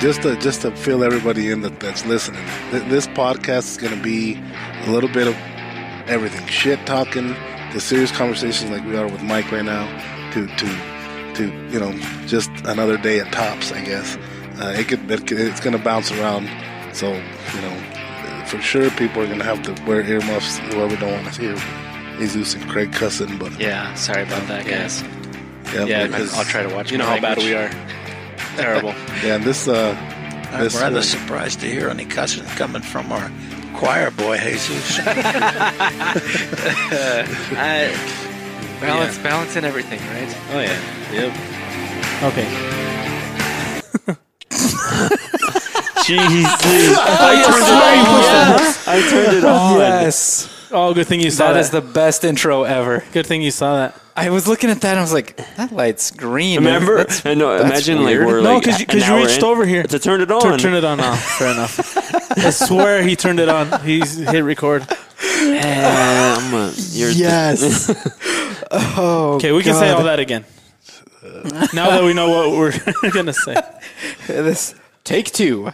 just to just to fill everybody in that, that's listening, th- this podcast is going to be a little bit of everything: shit talking, the serious conversations like we are with Mike right now, to to to you know, just another day at tops, I guess. Uh, it could it, could- it's going to bounce around, so you know, for sure people are going to have to wear earmuffs whoever don't want to hear Jesus and Craig cussing, but Yeah, sorry about that, Yeah. guys. yeah, Yeah, because- I'll try to watch. You know my how bad language. we are. Terrible. Yeah, and this uh, I'm this rather will- surprised to hear any cussing coming from our choir boy, Jesus. I, Balance- balance, in everything, right? Oh yeah. Yep. Okay. Jesus. I turned it on. Yes. Oh, good thing you saw That that. is the best intro ever. good thing you saw that. I was looking at that and I was like, that light's green. Remember? That's- I know. that's Imagine weird. like we're No, like 'cause you- an 'cause you hour reached in over here to turn it Tur- on. turn it on now. Fair enough. I swear he turned it on. He's hit record. Yeah, I'm a- uh, you're- Yes. oh. Okay, we can say God. all that again. Now that we know what we're gonna say. This take two.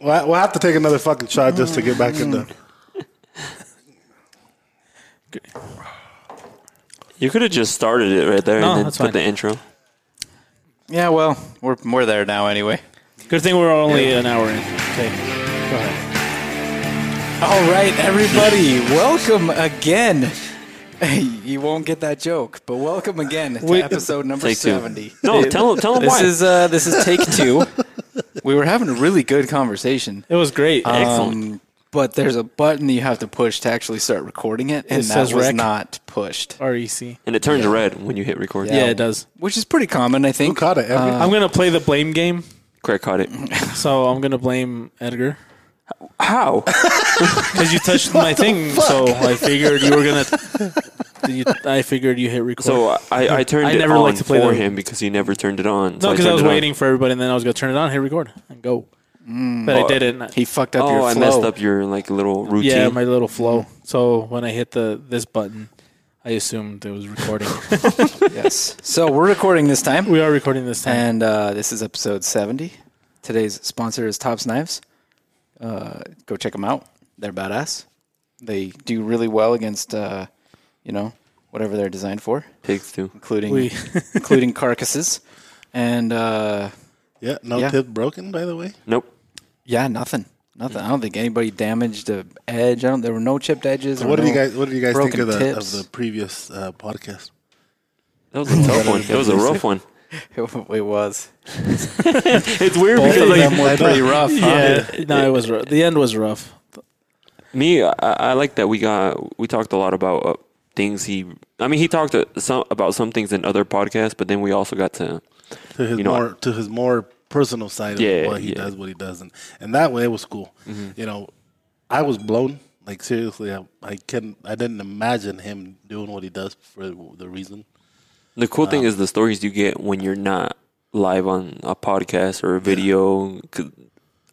We'll, ha- we'll have to take another fucking shot just to get back in the. You could have just started it right there No, and then that's put fine. the intro. Yeah, well, we're we're there now anyway. Good thing we're only an hour in. Okay. All right, everybody, welcome again. Hey, you won't get that joke, but welcome again to Wait, episode number Take two. seventy. No, Oh, tell tell them This why. is uh, this is take two. we were having a really good conversation. It was great. Excellent. Um, but there's a button you have to push to actually start recording it, and It that says was rec. not pushed. REC. and it turns red when you hit record. Yeah, E it does. Which is pretty common, I Who think. caught it? Every, Um, I'm gonna play the blame game, Craig caught it. so I'm gonna blame Edgar How? because you touched my thing. So I figured you were gonna. You, I figured you hit record. so uh, I, I turned I it never on like to play for the- him because he never turned it on. so No, because I turned was it on. waiting for everybody, and then I was gonna turn it on, hit record, and go. Mm. But I Oh, didn't. He fucked up Oh, your I flow. messed up your like little routine. yeah, my little Mm. flow. So when I hit the this button, I assumed it was recording. Yes. So we're recording this time. we are recording this time. And uh, this is episode 70. Today's sponsor is Tops Knives. Uh, go check them out. They're badass. They do really well against, uh, you know, whatever they're designed for, Pigs too. including We- including carcasses. And uh, yeah, no yeah. tip broken, by the way. Nope. yeah, nothing, nothing. I don't think anybody damaged a edge. I don't. There were no chipped edges. or What did you no- guys? What did you guys think broken of the, of tips. the previous uh, podcast? That was a tough one. It was a rough one. it was. It's weird Both because of like them were pretty rough. huh? yeah, no, it was rough. The end was rough. me, I, I like that we got we talked a lot about uh, things he. I mean, he talked uh, some about some things in other podcasts, but then we also got to To his You know, more to his more personal side of Yeah, what he yeah. does, what he doesn't, and that way it was cool. You know, I was blown. Like seriously, I, I couldn't. I didn't imagine him doing what he does for the reason. The cool thing is the stories you get when you're not live on a podcast or a video. 'cause,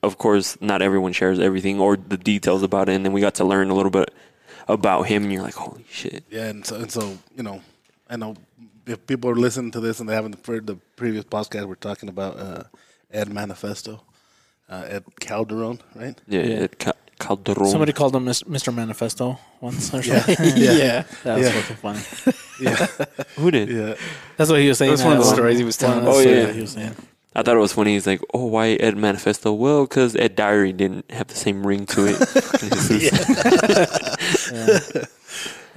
Of course, not everyone shares everything or the details about it. And then we got to learn a little bit about him, and you're like, holy shit. Yeah, and so and so you know, I know if people are listening to this and they haven't heard the previous podcast, we're talking about uh, Ed Manifesto, uh, Ed Calderon, right? Yeah, It ca- Calderon. Somebody called him Mis- Mr. Manifesto once or Yeah. something. Yeah. That was Yeah. fucking funny. yeah, Who did? yeah. That's what he was saying. That's one of the That stories he was telling One of the us. Oh, stories yeah. that he was saying. I thought it was funny. He's like, oh, why Ed Manifesto? Well, because Ed Diary didn't have the same ring to it. And Jesus-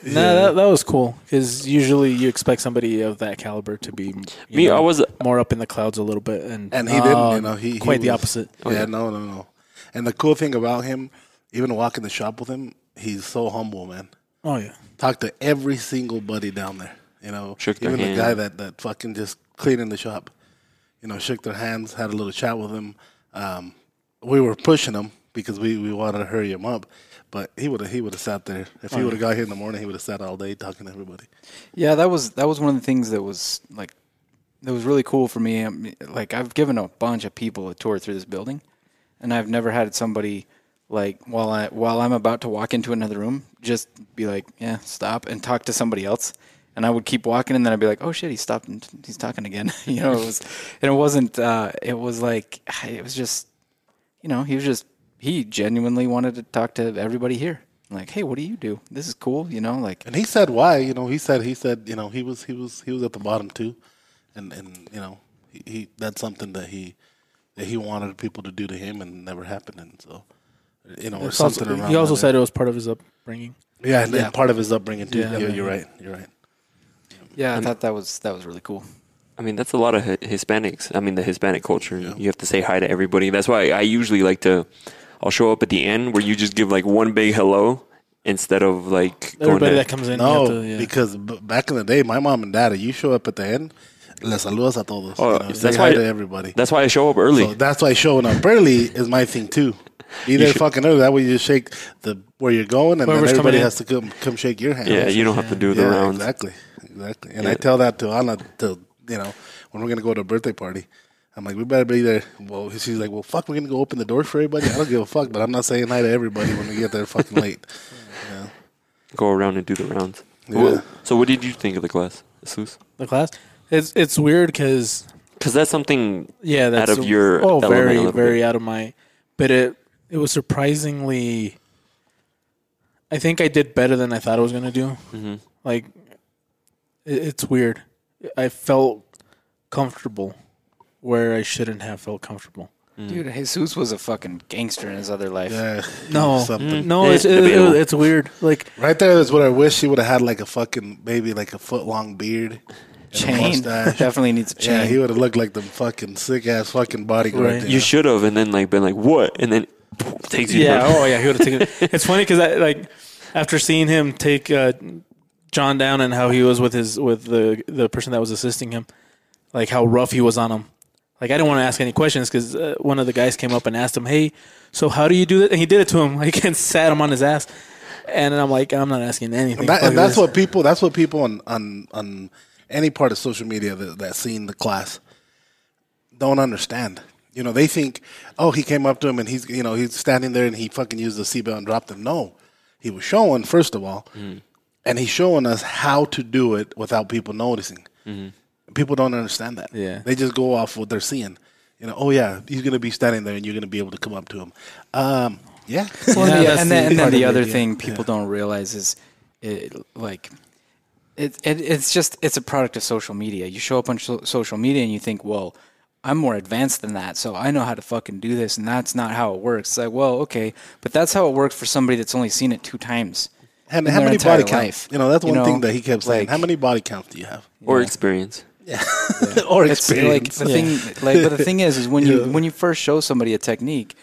No, that, that was cool because usually you expect somebody of that caliber to be you Me, know, I was. more up in the clouds a little bit, and And he didn't, you um, know, he- he quite the was- Oh, opposite. yeah, no, no, no. And the cool thing about him, even walking the shop with him, he's so humble, man. Oh yeah, Talk to every single buddy down there, you know, Shook their even the hand. guy that that fucking just cleaning the shop, you know, shook their hands, had a little chat with him. Um, we were pushing him because we, we wanted to hurry him up, but he would have he would have sat there Oh, if he would have got here in the morning. He would have sat all day talking to everybody. Yeah, that was that was one of the things that was like that was really cool for me. I mean, Like I've given a bunch of people a tour through this building, and I've never had somebody like while I while I'm about to walk into another room, just be like, yeah, stop and talk to somebody else. and I would keep walking, and then I'd be like, "Oh shit, he stopped and he's talking again." you know, it was, and it wasn't. Uh, it was like it was just, you know, he was just he genuinely wanted to talk to everybody here. Like, hey, what do you do? This is cool, you know. Like, And he said why, you know, he said he said, you know, he was he was he was at the bottom too. And and you know, he, he that's something that he that he wanted people to do to him and never happened and so you know, or It's something also- around he also that. said it was part of his upbringing. Yeah, and, and part of his upbringing too. Yeah. Yeah, you're right. You're right. yeah, I thought that was that was really cool. I mean, that's a lot of Hi- Hispanics. I mean, the Hispanic culture. You have to say hi to everybody. That's why I usually like to. I'll show up at the end where you just give like one big hello instead of like going Everybody to- that comes in, No, you have to, yeah. because b- back in the day, my mom and dad, you show up at the end, les saludos a todos. Oh, you know, that's say why- hi to everybody. That's why I show up early. So that's why showing up early is my thing too. Be there should- fucking early. That way you just shake the where you're going, and Whoever's then everybody coming in. has to come come shake your hand. yeah, you don't have to do the Yeah, rounds. exactly, exactly. And I tell that to Anna to you know when we're gonna go to a birthday party. I'm like, we better be there. Well, she's like, well, fuck, we're gonna go open the door for everybody. I don't give a fuck, but I'm not saying hi to everybody when we get there fucking late. Go around and do the rounds. Yeah. Well, So, what did you think of the class, Sus? the class. It's it's weird because Because that's something. yeah, that's of your oh element a very little very bit. out of my. But it it was surprisingly. I think I did better than I thought I was gonna do. Mm-hmm. Mhm. Like, it, it's weird. I felt comfortable where I shouldn't have felt comfortable. Dude, Jesus was a fucking gangster in his other life. Yeah, No. Mm-hmm. something. No, Eh, it's it, debatable. it- it's weird. Like Right there is what I wish she would have had like a fucking maybe like a foot long beard, and a Chain mustache. definitely needs a chain. Yeah, he would have looked like the fucking sick ass fucking bodyguard. Right. there. You should have, and then like been like, what? And then takes you. Yeah. down. Oh, yeah. He would have taken. it. It's funny because I like after seeing him take uh, John down and how he was with his with the the person that was assisting him, like how rough he was on him. Like I didn't want to ask any questions because uh, one of the guys came up and asked him, "Hey, so how do you do that?" And he did it to him, like and sat him on his ass. And I'm like, I'm not asking anything. And, that, Fuck and that's this. what people. That's what people on on on any part of social media that, that seen the class don't understand. You know, they think, oh, he came up to him and he's you know he's standing there and he fucking used the seatbelt and dropped him. No, he was showing first of all, and he's showing us how to do it without people noticing. People don't understand that. Yeah. they just go off what they're seeing. You know, oh yeah, he's gonna be standing there and you're gonna be able to come up to him. Um, yeah, Well, and Yeah, the- that's and the then, and then part the of it, other yeah. thing people don't realize is, it, like, it, it it's just it's a product of social media. You show up on so- social media and you think, well, I'm more advanced than that, so I know how to fucking do this, and that's not how it works. It's like, well, okay, but that's how it worked for somebody that's only seen it two times. And in how their many entire body counts? life. You know, that's You one know, thing that he kept saying. like- how many body counts do you have? Or experience. or It's like experience? the thing, like, but the thing is, is when you when you first show somebody a technique,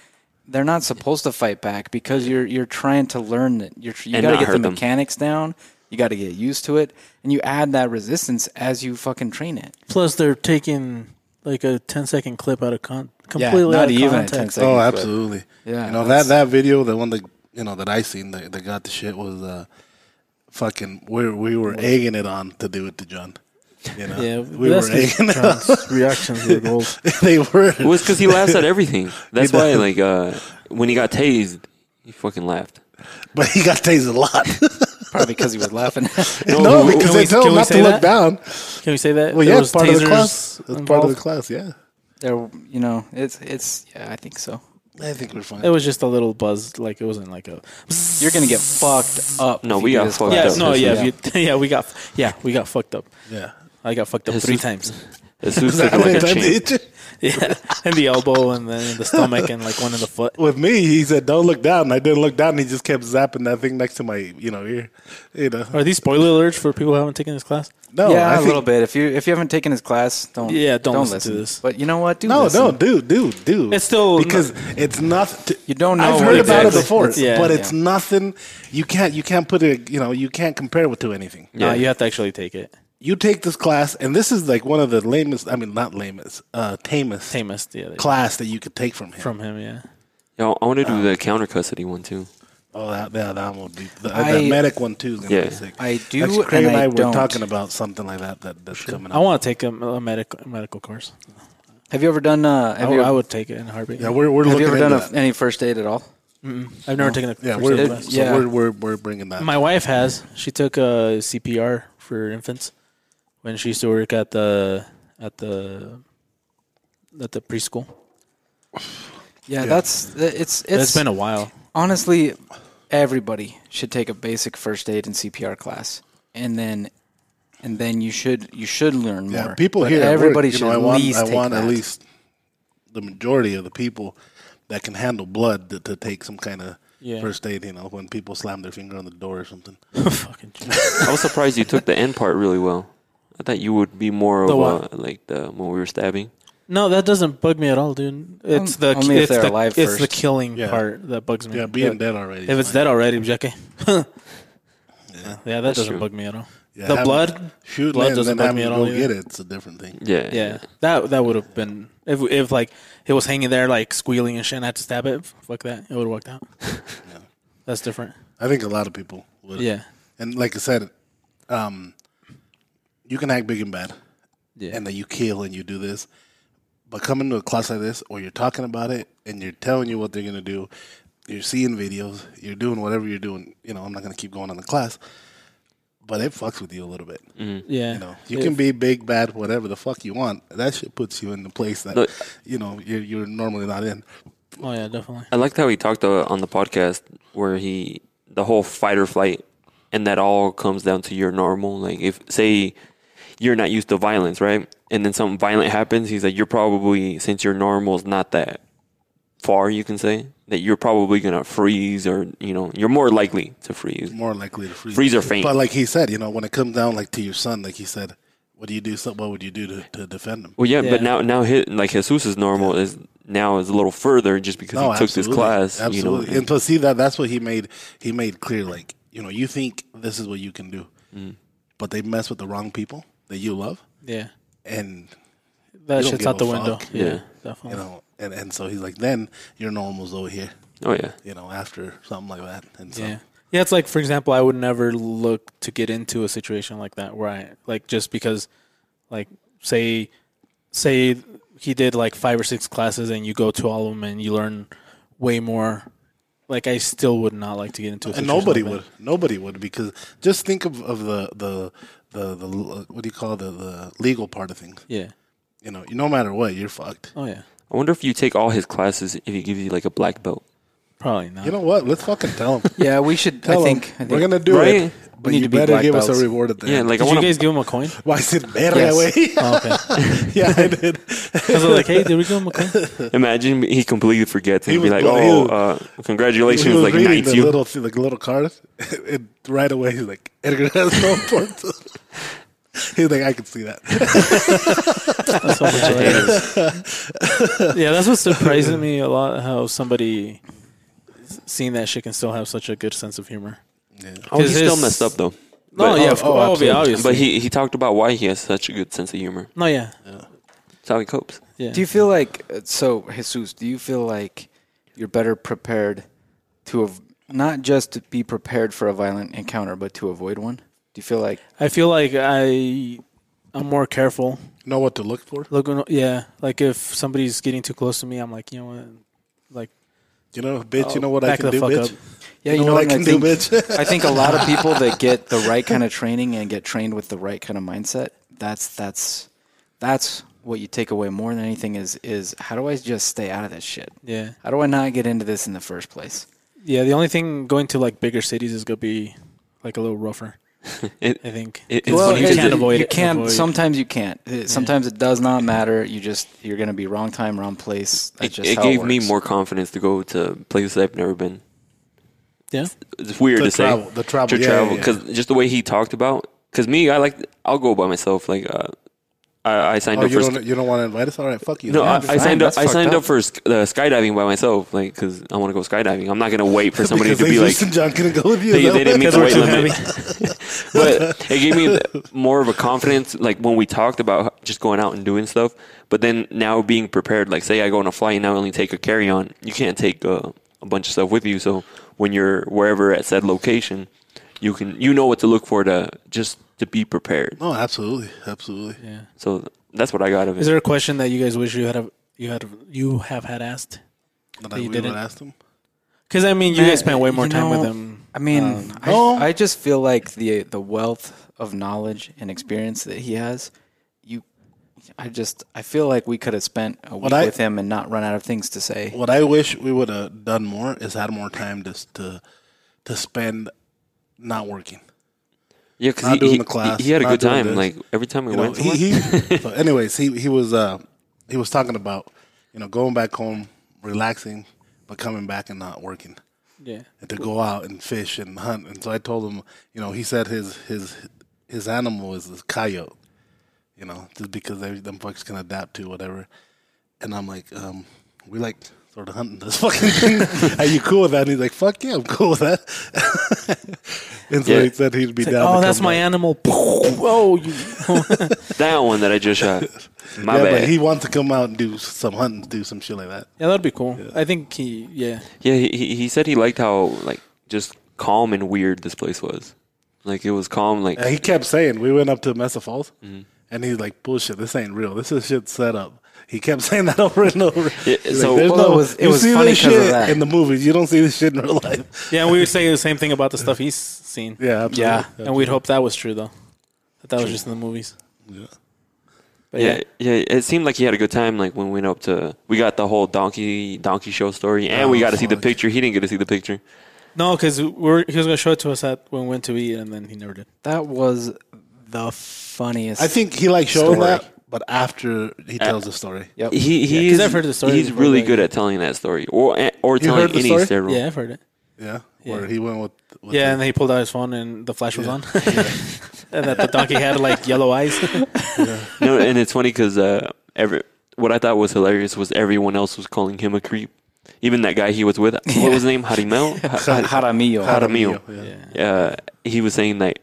they're not supposed to fight back because you're you're trying to learn it. You're tr- you And got to not get the hurt them. mechanics down. You got to get used to it, and you add that resistance as you fucking train it. Plus, they're taking like a 10 second clip out of con completely not out of even a 10 context. second. oh, but- absolutely. Yeah, You know that that's- that video, the one that you know that I seen that, that got the shit was uh, fucking. We we were egging it on to do it to John. You know, Yeah, we were egging. it on. Trump's reactions were gold. they were. Well, it's because he laughs at everything. That's He why, does. like, uh, when he got tased, he fucking laughed. but he got tased a lot. Probably because he was laughing. no, who- because can they we- tell can him we not to say look that? down. Can we say that? Well, There yeah, was it's part of the tasers class. That's part of the involved? class. Yeah, there, you know, it's it's. Yeah, I think so. I think we're fine. It was just a little buzz, like it wasn't like a. You're gonna get fucked up. No, if we you do got this fucked Yeah, class. up. no, yeah, Yeah. if you- yeah, we got, yeah, we got fucked up. yeah. I got fucked up This three is- times. Jesus took How him like many a times champ. did you? Yeah, in the elbow and then in the stomach and like one in the foot. with me, he said, "Don't look down." I didn't look down. And he just kept zapping that thing next to my, you know, ear. You know, Are these spoiler alerts for people who haven't taken this class? no, yeah, I a think- little bit. If you if you haven't taken his class, don't Yeah, don't listen to this. But you know what? Do No, listen. no, dude, dude, dude. It's still- because it's not. You don't know I've what heard about it exactly- before, It's- yeah, but it's yeah. nothing. You can't. You can't put it. You know, you can't compare it to anything. No, Yeah. you have to actually take it. You take this class, and this is like one of the lamest. I mean, not lamest. Uh, tamest, Tamest, yeah, they- class that you could take from him. from him, yeah. Yeah, I want to do Oh. the counter custody one too. oh, that that, that one would be the, uh, I- the medic one too. Is gonna Yeah. be sick. I do Actually, Craig and and I I, were don't. talking about something like that. that that's coming. Up. I want to take a, a medical medical course. Have you ever done? Uh, I have you, would- I would take it in a heartbeat. Yeah, we're we're have you looking ever done into a, that. any first aid at all? I've never taken a Oh, Yeah, first we're, aid It- so class. yeah. we're we're we're bringing that. My wife has. She took a CPR for infants when she used to work at the at the at the preschool. Yeah, that's th- it's it's it's been a while. honestly everybody should take a basic first aid and CPR class, and then and then you should you should learn Yeah, more. people But here. at everybody work, should you know, I at want, least I take want at that. least the majority of the people that can handle blood to, to take some kind of Yeah. first aid. You know, when people slam their finger on the door or something. Fucking Jesus. I was surprised you took the end part really well. I thought you would be more of The a, like the when we were stabbing. no, that doesn't bug me at all, dude. It's the only if it's they're the, alive it's the first. killing Yeah. part that bugs me. Yeah, being dead already. if it's dead already, Jackie. yeah, that doesn't true. bag bug me at all. Yeah, the having- blood, shooting blood it and then doesn't bug having to me at all. go either. get it's a different thing. Yeah, Yeah, that that would have been if if like it was hanging there like squealing and shit, and I had to stab it. Fuck that, it would have worked out. That's different. I think a lot of people would. Yeah, And like I said, um, you can act big and bad, Yeah. and that you kill and you do this, but coming to a class like this, or you're talking about it and you're telling you what they're gonna do, you're seeing videos, you're doing whatever you're doing. You know, I'm not gonna keep going on the class, but it fucks with you a little bit. Mm. yeah. You know, you can be big, bad, whatever the fuck you want. That shit puts you in the place that Look- you know you're, you're normally not in. Oh yeah, definitely. I liked how he talked uh, on the podcast where he the whole fight or flight, and that all comes down to your normal. Like if say you're not used to violence, right? And then something violent happens, he's like, you're probably since your normal is not that far, you can say that you're probably gonna freeze or you know you're more likely to freeze. more likely to freeze. Freeze or faint. But like he said, you know, when it comes down like to your son, like he said, what do you do? So, what would you do to, to defend him? Well, yeah, but Yeah. now now his, like Jesus's normal is now is a little further just because he took this class. Oh, absolutely. You know, and plus, see that that's what he made. He made clear, like you know, you think this is what you can do, Mm-hmm. but they mess with the wrong people that you love, Yeah, and that don't shit's give out the a window. fuck. Yeah, Yeah. you definitely. know, and and so he's like, then your normal's over here, oh yeah, you know, after something like that, and so. Yeah. Yeah, it's like for example, I would never look to get into a situation like that where I like just because like say say he did like five or six classes and you go to all of them and you learn way more like I still would not like to get into a and situation nobody like would that. nobody would because just think of, of the, the the the what do you call the the legal part of things Yeah. you know no matter what you're fucked Oh yeah. I wonder if you take all his classes if he gives you like a black belt. Probably not. you know what let's fucking tell them Yeah, we should. I tell think, I 'em, think we're gonna do Right? it but need you to be better black give us belts. a reward at the Yeah, end like I did you want guys give him a coin? why I said better Yes. way Oh, okay. yeah I did Because I was like, hey, did we give him a coin? to imagine he completely forgets and He be was like, blo- he "Oh, was- uh, he congratulations!" was Like reading knights the you. little the little card and right away he's like Edgar has no importance he's like I can see that That's what I'm- yeah, that's what surprises me a lot. How somebody s- seeing that shit can still have such a good sense of humor. oh, he's His- still messed up though. No, But- uh, yeah, of oh, course, absolutely. obviously. But he he talked about why he has such a good sense of humor. no, yeah, That's how he copes. yeah. Do you feel like uh, so, Jesus? Do you feel like you're better prepared to av- not just to be prepared for a violent encounter, but to avoid one? Do you feel like I feel like I, I'm more careful. know what to look for Looking, yeah, like if somebody's getting too close to me, I'm like, you know what, like you know bitch you know what I back can the do fuck bitch Oh, up. yeah, You know what I can and do, think- bitch? I think a lot of people that get the right kind of training and get trained with the right kind of mindset. That's that's that's what you take away more than anything is is how do I just stay out of this shit? Yeah, How do I not get into this in the first place? yeah. The only thing going to like bigger cities is gonna be like a little rougher. It- I think. it- it's Well, funny you it- because can't avoid You it. can Avoid. sometimes you can't. It- Sometimes it does not matter. You just you're going to be wrong time, wrong place. That's it, just it how gave works. me more confidence to go to places I've never been. Yeah. It's weird The to travel- say the travel, to yeah, travel yeah, because just the way he talked about. Because me, I like I'll go by myself. Like uh, I, I signed oh up you for sc- don't you don't want to invite us all right fuck you No, Yeah, I, I fine. signed up. That's I fucked signed up, up. for sk- uh, skydiving by myself, like because I want to go skydiving. I'm not gonna wait for somebody Because to be they like. just- John couldn't go with you. They, is that they didn't what- meet the weight limit, but it gave me more of a confidence. Like when we talked about just going out and doing stuff, but then now being prepared. Like say I go on a flight and I only take a carry on. You can't take uh, a bunch of stuff with you. So when you're wherever at said location, you can you know what to look for to just to be prepared. No, Oh, absolutely, absolutely. Yeah. So that's what I got of it. Is there a question that you guys wish you had you had you have had asked? But I, You we would didn't. ask them. Because I mean, you Man, guys spent way more you time with know- him I mean, Um, I, no. I just feel like the the wealth of knowledge and experience that he has, you, I just I feel like we could have spent a week I- with him and not run out of things to say. What I wish we would have done more is had more time to to to spend not working. Yeah, because Not he, doing he, the class, he, he had a not good doing time. this. Like every time we You know, went, somewhere- he, he so anyways, he he was uh he was talking about you know going back home, relaxing, but coming back and not working. Yeah. and to go out and fish and hunt. And so I told him, you know, he said his his his animal is this coyote, you know, just because they, them fuckers can adapt to whatever. And I'm like, um, we like sort of hunting this fucking thing. Are you cool with that? And he's like, fuck yeah, I'm cool with that. and so he Yeah. said he'd be down. to oh, that's come my back. animal. Oh, you. that one that I just shot. My yeah, bad. but he wants to come out and do some hunting, do some shit like that. yeah, that'd be cool. I think he. Yeah. yeah, he, he he said he liked how like just calm and weird this place was. Like it was calm. Like And he kept saying, we went up to Mesa Falls, and he's like, bullshit, this ain't real. This is shit set up. He kept saying that over and over. Yeah, He's so- "There's Well, it was- it you was see funny this 'cause of shit that." in the movies. You don't see this shit in real life. Yeah, and we would say the same thing about the stuff he's seen. Yeah, absolutely. Yeah. And we'd hope that was true, though. That that was just in the movies. Yeah. But yeah, yeah, It seemed like he had a good time. Like when we went up to, we got the whole donkey donkey show story, and we Oh, got to see the fuck. picture. He didn't get to see the picture. No, because we're, he was going to show it to us at when we went to eat, and then he never did. That was the funniest. I think he likes showing Story. that, but after he tells the story. Yep. He he Yeah, 'cause is, I've heard the story He's before, really like- good at telling that story, or eh, or telling heard the any story? story. Yeah, I've heard it. Yeah, where he went with. with Yeah, the- and then he pulled out his phone, and the flash was on, and that the donkey had like yellow eyes. no, and it's funny because uh, every what I thought was hilarious was everyone else was calling him a creep. Even that guy he was with, what was his name? Harimel. Ha- ha- Jaramillo. Jaramillo. Yeah. Uh, he was saying that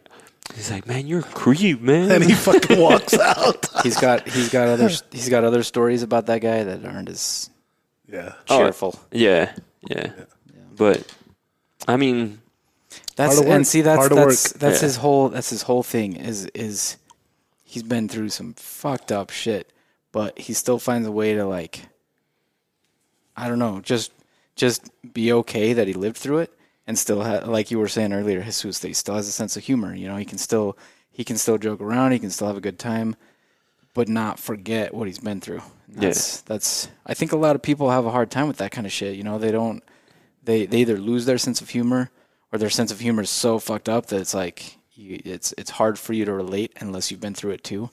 he's like, man, you're a creep, man. And he fucking walks out. He's got he's got other he's got other stories about that guy that aren't as Yeah. Oh, cheerful. yeah, yeah, But I mean, That's Hard to work. and see that's Hard to that's work. that's Yeah. his whole that's his whole thing is is he's been through some fucked up shit, but he still finds a way to like I don't know, just just be okay that he lived through it and still ha- like you were saying earlier, Jesus, that he still has a sense of humor. You know, he can still he can still joke around, he can still have a good time, but not forget what he's been through. And That's that's I think a lot of people have a hard time with that kind of shit. You know, they don't they they either lose their sense of humor or their sense of humor is so fucked up that it's like you, it's it's hard for you to relate unless you've been through it too.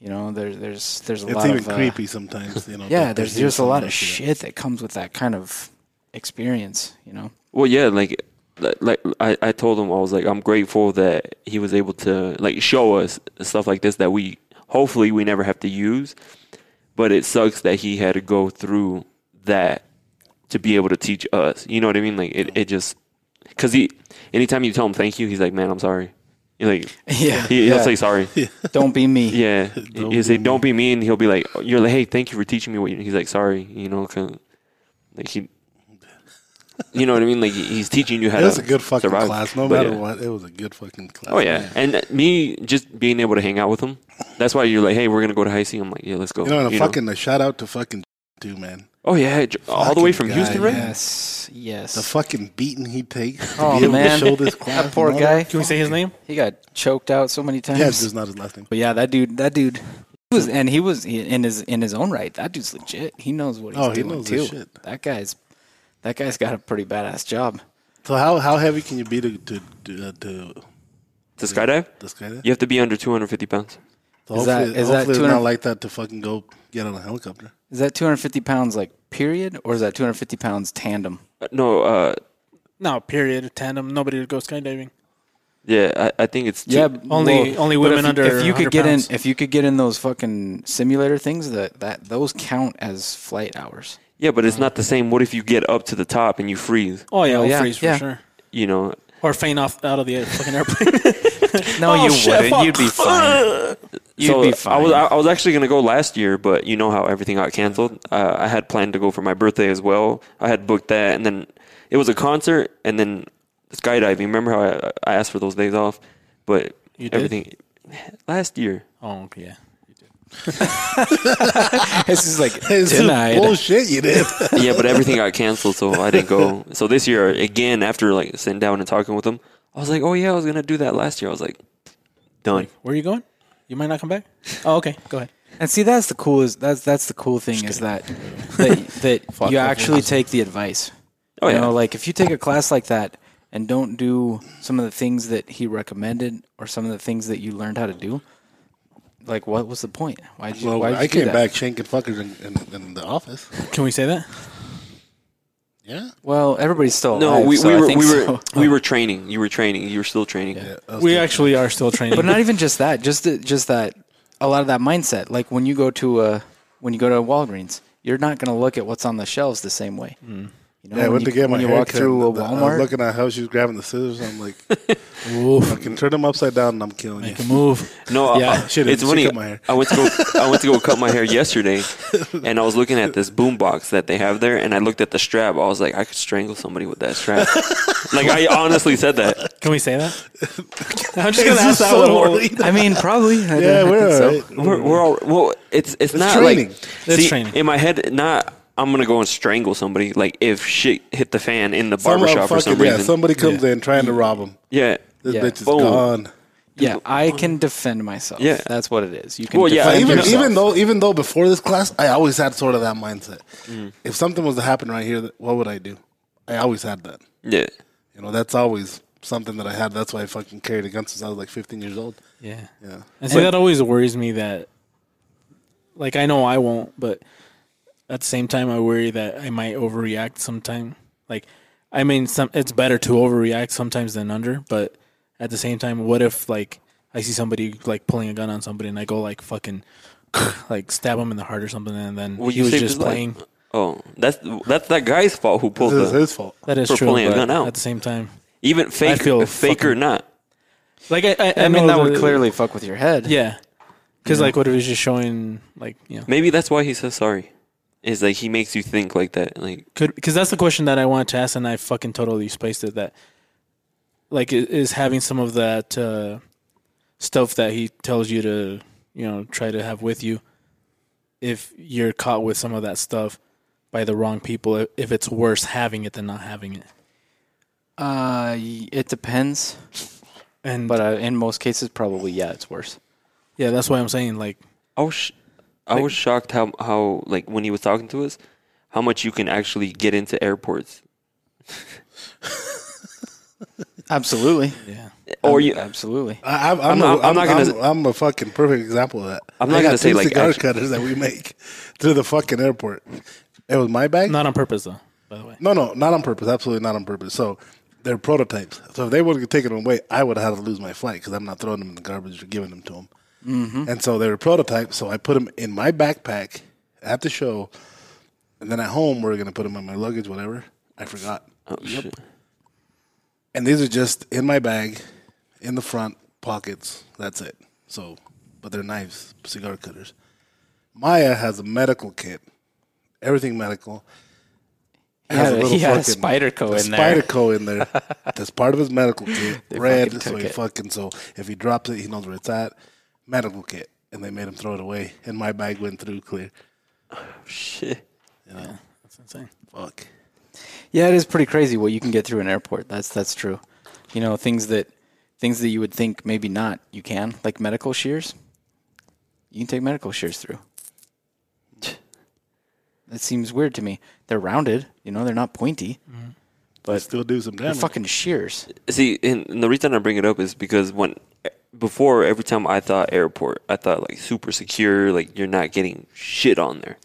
You know, there's there's there's a It's lot even of uh, creepy sometimes. You know. to- yeah, to there's hear just a lot someone of do that. shit that comes with that kind of experience, you know. well, yeah, like. li- Like I, I told him, I was like, I'm grateful that he was able to like show us stuff like this that we hopefully we never have to use, but it sucks that he had to go through that to be able to teach us. You know what I mean? Like it, it just because he, anytime you tell him thank you, he's like, man, I'm sorry. You're like Yeah. he, he'll say sorry. Don't be me. Yeah, he'll say don't be mean. He'll be like, you're like, hey, thank you for teaching me what. You, he's like, sorry, you know, 'cause, like he. You know what I mean? Like he- he's teaching you how It to. was a good fucking survive. class. No But matter yeah. what, it was a good fucking class. Oh yeah, man. and me just being able to hang out with him. That's why you're like, hey, we're gonna go to high I'm like, yeah, let's go. You know, and a fucking a shout out to fucking too, man. Oh yeah, j- all the way from fucking Houston, guy, right? man. Yes. Yes. The fucking beating he takes to Oh, be able man. to show this class. that poor and all guy. Can we say his name? He got choked out so many that. times. Yeah, it's just not his last name. But yeah, that dude, that dude he was and he was he- in his in his own right. That dude's legit. He knows what he's Oh, he doing knows too. his shit. That guy's that guy's got a pretty badass job. So how how heavy can you be to to to, uh, to To skydive, this guy? There? you have to be under 250 pounds. So Is that- hopefully, is that hopefully it's 200 not like that to fucking go get on a helicopter. Is that 250 pounds like period or is that 250 pounds tandem? Uh, No, uh, No, period. Tandem. Nobody would go skydiving. yeah, I, I think it's two- b- Only- only but women if you, under If you could 100 get pounds. in, if you could get in those fucking simulator things, that that those count as flight hours. Yeah, but it's not the same. What if you get up to the top and you freeze? Oh yeah, Oh, I'll yeah, freeze for yeah. sure. You know, Or faint off out of the fucking airplane. Oh, No, you shit, wouldn't. fuck. You'd be fine. You'd so be fine. I was I I was actually gonna go last year, but you know how everything got canceled. Uh, I had planned to go for my birthday as well. I had booked that, and then it was a concert, and then skydiving. Remember how I, I asked for those days off? But You did? everything last year. oh yeah. This is like It's just denied. bullshit you did. yeah, but everything got canceled, so I didn't go. So this year, again, after like sitting down and talking with them, I was like, oh yeah, I was gonna do that last year. I was like, done. Where are you going? You might not come back. Oh, okay. Go ahead. And see, that's the coolest. That's that's the cool thing is that that, that you actually take the advice. Oh you yeah, know, like if you take a class like that and don't do some of the things that he recommended or some of the things that you learned how to do, like what was the point? Why did you? Well, why did I you do came that? back shanking fuckers in, in, in the office. Can we say that? Yeah. Well, everybody's still no, alive, we, so we I were think we so. were we were training. You were training. You were still training. yeah I was We thinking- actually are still training. but not even just that. Just the, just that. A lot of that mindset, like when you go to a when you go to a Walgreens, you're not going to look at what's on the shelves the same way. Hmm. You Yeah, know, I when went you, to get my when you hair walk cut, through a and the- uh, I was Walmart, looking at how she was grabbing the scissors. I'm like, I can turn them upside down and I'm killing you. Make a move. No, Yeah, yeah, should've- it's funny. should've cut my hair. I went to go. I went to go cut my hair yesterday, and I was looking at this boom box that they have there, and I looked at the strap. I was like, I could strangle somebody with that strap. like I honestly said that. Can we say that? I'm This just gonna is ask that so one. early. I mean, probably. I Yeah, think we're so. all right. We're, we're all well. It's it's, not training. like It's see, training. in my head. Not I'm gonna go and strangle somebody. Like if shit hit the fan in the barbershop for some yeah, reason. somebody comes in trying to rob them. yeah. This Yeah. bitch is Boom. gone. Yeah, I can defend myself. Yeah. that's what it is. You can. Well, yeah, But defend Uh, even yourself. even though even though before this class, I always had sort of that mindset. Mm. If something was to happen right here, what would I do? I always had that. Yeah. You know, that's always something that I had. That's why I fucking carried a gun since I was like 15 years old. Yeah. Yeah. And so that always worries me that, like, I know I won't, but at the same time, I worry that I might overreact sometime. Like, I mean, some it's better to overreact sometimes than under, but at the same time, what if like I see somebody like pulling a gun on somebody and I go like fucking like stab him in the heart or something, and then Well, he you was saved just his life. playing. Oh, that's that's that guy's fault who pulled This is the his fault. That is For true. pulling a but gun out. At the same time, even fake feel fake or fucking- not. like I, I, I mean, know that would the- clearly fuck with your head. yeah, because like what if he's just showing like you know Maybe that's why he says sorry. Is like he makes you think like that. Like could because that's the question that I wanted to ask, and I fucking totally spaced it. That like i- is having some of that uh, stuff that he tells you to you know try to have with you. If you're caught with some of that stuff by the wrong people, i- if it's worse having it than not having it, Uh, y- it depends, and but uh, in most cases, probably yeah, it's worse. yeah, that's why I'm saying like I was, sh- I was shocked how how like when he was talking to us, how much you can actually get into airports. Absolutely. yeah, Um, Or you, uh, Absolutely. I, I'm, I'm, I'm a- not- I'm, I'm not gonna- I'm, I'm a fucking perfect example of that. I'm not I got gonna say, two like, cigar actually- cutters that we make to the fucking airport. It was my bag. not on purpose though. By the way, No, no, not on purpose. Absolutely not on purpose. So they're prototypes. So if they would have taken them away, I would have had to lose my flight because I'm not throwing them in the garbage or giving them to them. And so they were prototypes. So I put them in my backpack at the show, and then at home we are gonna put them in my luggage, whatever. I forgot. oh, shit. And these are just in my bag, in the front pockets. That's it. So, but they're knives, cigar cutters. Maya has a medical kit, everything medical. He had, a, he had a fucking- spider a co in spider there. co in there. That's part of his medical kit. red, fucking so took he it. fucking so if he drops it, he knows where it's at. Medical kit, and they made him throw it away, and my bag went through clear. Oh, shit. that's insane. Fuck. Yeah, it is pretty crazy what you can get through an airport. That's that's true. You know, things that things that you would think maybe not you can, like medical shears. You can take medical shears through. That seems weird to me. They're rounded, you know, they're not pointy. But still do some They're damage. fucking shears. See, and, and the reason I bring it up is because when before every time I thought airport, I thought like super secure, like you're not getting shit on there.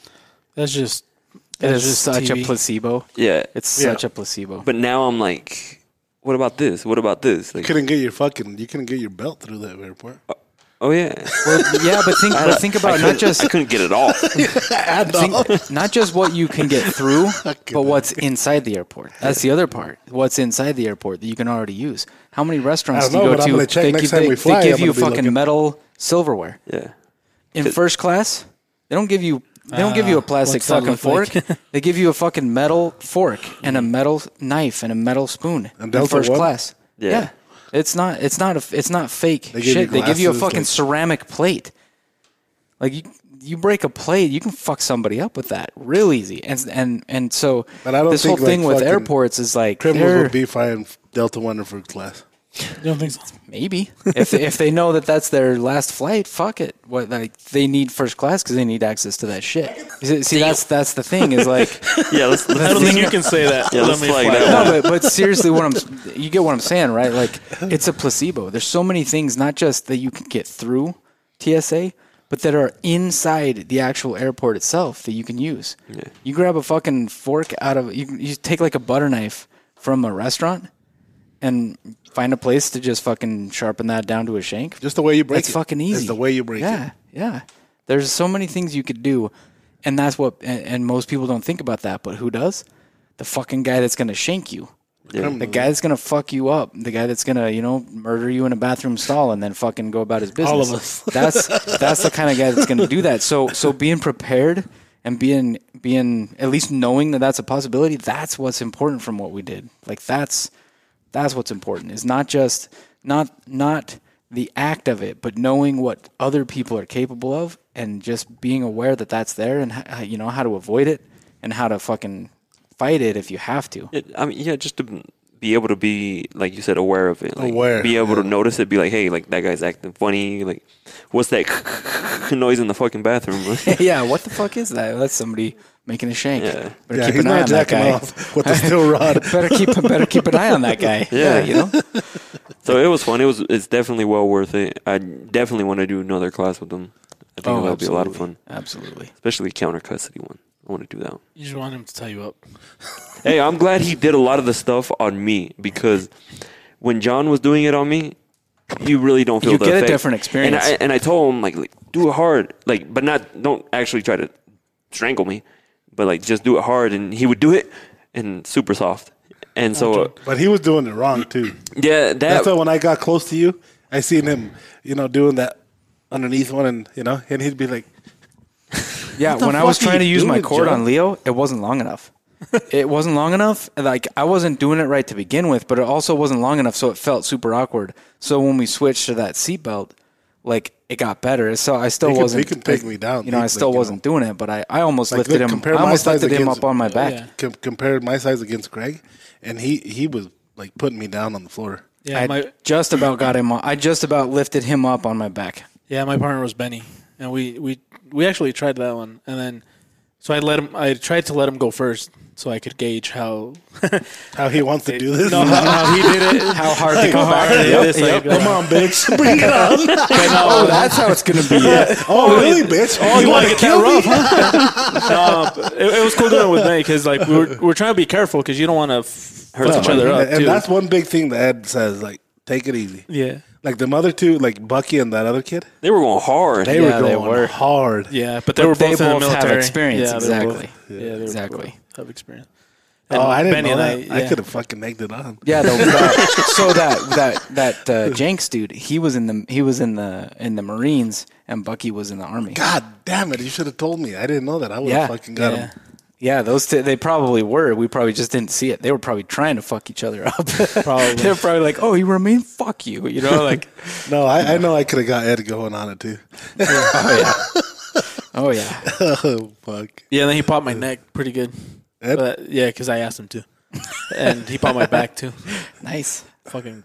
That's just It that's is such TV. a placebo. Yeah, It's Yeah. such a placebo. but now I'm like, what about this? What about this? you Like, couldn't get your fucking. You couldn't get your belt through that airport. Uh, oh yeah, Well, yeah, but think, but think I about couldn't- not just I couldn't get it off. I know. think, not just what you can get through, but what's inside the airport. That's the other part. What's inside the airport that you can already use? How many restaurants I don't do know, but you go I'm to? gonna check they, next give- time they- we they fly, give I'm you gonna be fucking looking. metal silverware yeah, in first class. They don't give you. They don't give you a plastic Ah, what's that fucking look fork. like? they give you a fucking metal fork and a metal knife and a metal spoon And in Delta first One? class. Yeah. It's not. It's not. A, it's not fake They give you shit. They give you a glasses, fucking like- ceramic plate. Like you, you break a plate, you can fuck somebody up with that real easy. And and and so But I don't this think, whole thing like, with fucking airports is like Criminals they're- would be flying Delta One and first class. You don't think so? maybe if if they know that that's their last flight, fuck it. What like they need first class because they need access to that shit. See, see, that's that's the thing is like Yeah, let's, I don't let's, think you can say that. yeah, let's Let me flag flag that that. one. no, but, but seriously, what I'm you get what I'm saying, right? Like it's a placebo. There's so many things, not just that you can get through TSA, but that are inside the actual airport itself that you can use. You grab a fucking fork out of you. You take like a butter knife from a restaurant and find a place to just fucking sharpen that down to a shank. Just the way you break That's it. fucking easy. It's the way you break yeah, it. Yeah, There's so many things you could do, and that's what. And, and most people don't think about that, but who does? The fucking guy that's gonna shank you. The guy that's gonna fuck you up. The guy that's gonna, you know, murder you in a bathroom stall and then fucking go about his business. All of us. that's that's the kind of guy that's gonna do that. So so being prepared and being being at least knowing that that's a possibility. That's what's important from what we did. Like that's that's what's important. Is not just not not the act of it, but knowing what other people are capable of and just being aware that that's there and h- you know how to avoid it and how to fucking fight it if you have to. It, I mean, yeah, just to b- be able to be like you said, aware of it, like, Aware, be able to yeah. notice it, be like, hey, like that guy's acting funny, like what's that noise in the fucking bathroom? yeah, what the fuck is that? That's somebody making a shank. Yeah. Better yeah, keep he's an eye not on that jacking guy. off with the steel rod. better keep better keep an eye on that guy. Yeah. you know. so it was fun. It was. It's definitely well worth it. I definitely want to do another class with them. I Oh, think that'll be a lot of fun, Absolutely. especially counter custody one. I want to do that. one. You just want him to tie you up. hey, I'm glad he did a lot of the stuff on me because when John was doing it on me, you really don't feel You the get a effect. different experience. And I, and I told him like, like, do it hard, like, but not don't actually try to strangle me, but like just do it hard, and he would do it and super soft. And so uh, But he was doing it wrong too. yeah, that That's why when I got close to you, I seen him, you know, doing that underneath one, and you know, and he'd be like, Yeah, the when I fuck was are you trying to use my doing, cord Joe? on Leo, it wasn't long enough. it wasn't long enough. Like I wasn't doing it right to begin with, but it also wasn't long enough, so it felt super awkward. So when we switched to that seatbelt, like it got better. So I still He can- he wasn't. can take like, me down You know, I deeply, still you know. wasn't doing it, but I, I almost Like, lifted look, him. compare I my almost size lifted him against- up on my back. yeah. com- compared my size against Greg, and he he was like putting me down on the floor. Yeah, I my just about got him. On, I just about lifted him up on my back. yeah, my partner was Benny, and we we we actually tried that one, and then so I let him. I tried to let him go first, so I could gauge how How he wants to do this? no, how, how he did it. How hard to go hard it is, like, uh, Come on, bitch, bring it on. Oh, that's how it's gonna be. Yeah. oh, really, bitch? Oh, you want to get that rough, huh? no, it, it was cool doing it with Benny because like we were, we're trying to be careful because you don't want to f- hurt each somebody. other up. and, and too. that's one big thing that Ed says, like, take it easy. yeah, Like the other two, like Bucky and that other kid, they were going hard. they Yeah, were they going were. hard. yeah, but they But were they both, in the both have military. experience, Yeah, they were exactly. yeah, they were Exactly. both Have experience. And Oh, I didn't Benny know and that. I, yeah. could have fucking egged it on. Yeah, the, that, so that that that uh, Jenks dude, he was in the he was in the in the Marines, and Bucky was in the Army. God damn it! You should have told me. I didn't know that. I would have yeah, fucking got yeah. him. Yeah, those two, they probably were. We probably just didn't see it. They were probably trying to fuck each other up. Probably. They're probably like, "Oh, you were mean. Fuck you." You know, like, No, I, I know I could have got Ed going on it too. oh yeah, oh fuck, Yeah, and then he popped my neck pretty good. Ed? But, yeah, because I asked him to, and he popped my back too. nice. Fucking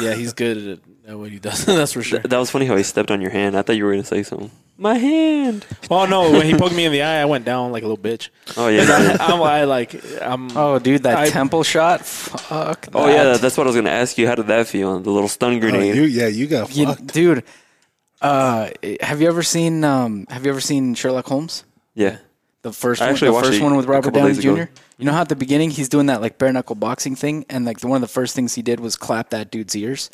yeah, he's good at, it, at what he does. That's for sure. That was funny how he stepped on your hand. I thought you were gonna say something. My hand. Oh no, when he poked me in the eye, I went down like a little bitch. Oh yeah. yeah. I'm I, like I'm. Oh, dude, that I- temple shot. Fuck. Oh yeah. that. that- That's what I was gonna ask you. How did that feel? The little stun Oh, grenade. you, yeah, you got You- fucked. dude. Uh, have you ever seen um, Have you ever seen Sherlock Holmes? yeah. The first I one, actually the watched first it one with a Robert couple Downey days Jr. ago. You know how at the beginning he's doing that like bare knuckle boxing thing, and like the, one of the first things he did was clap that dude's ears.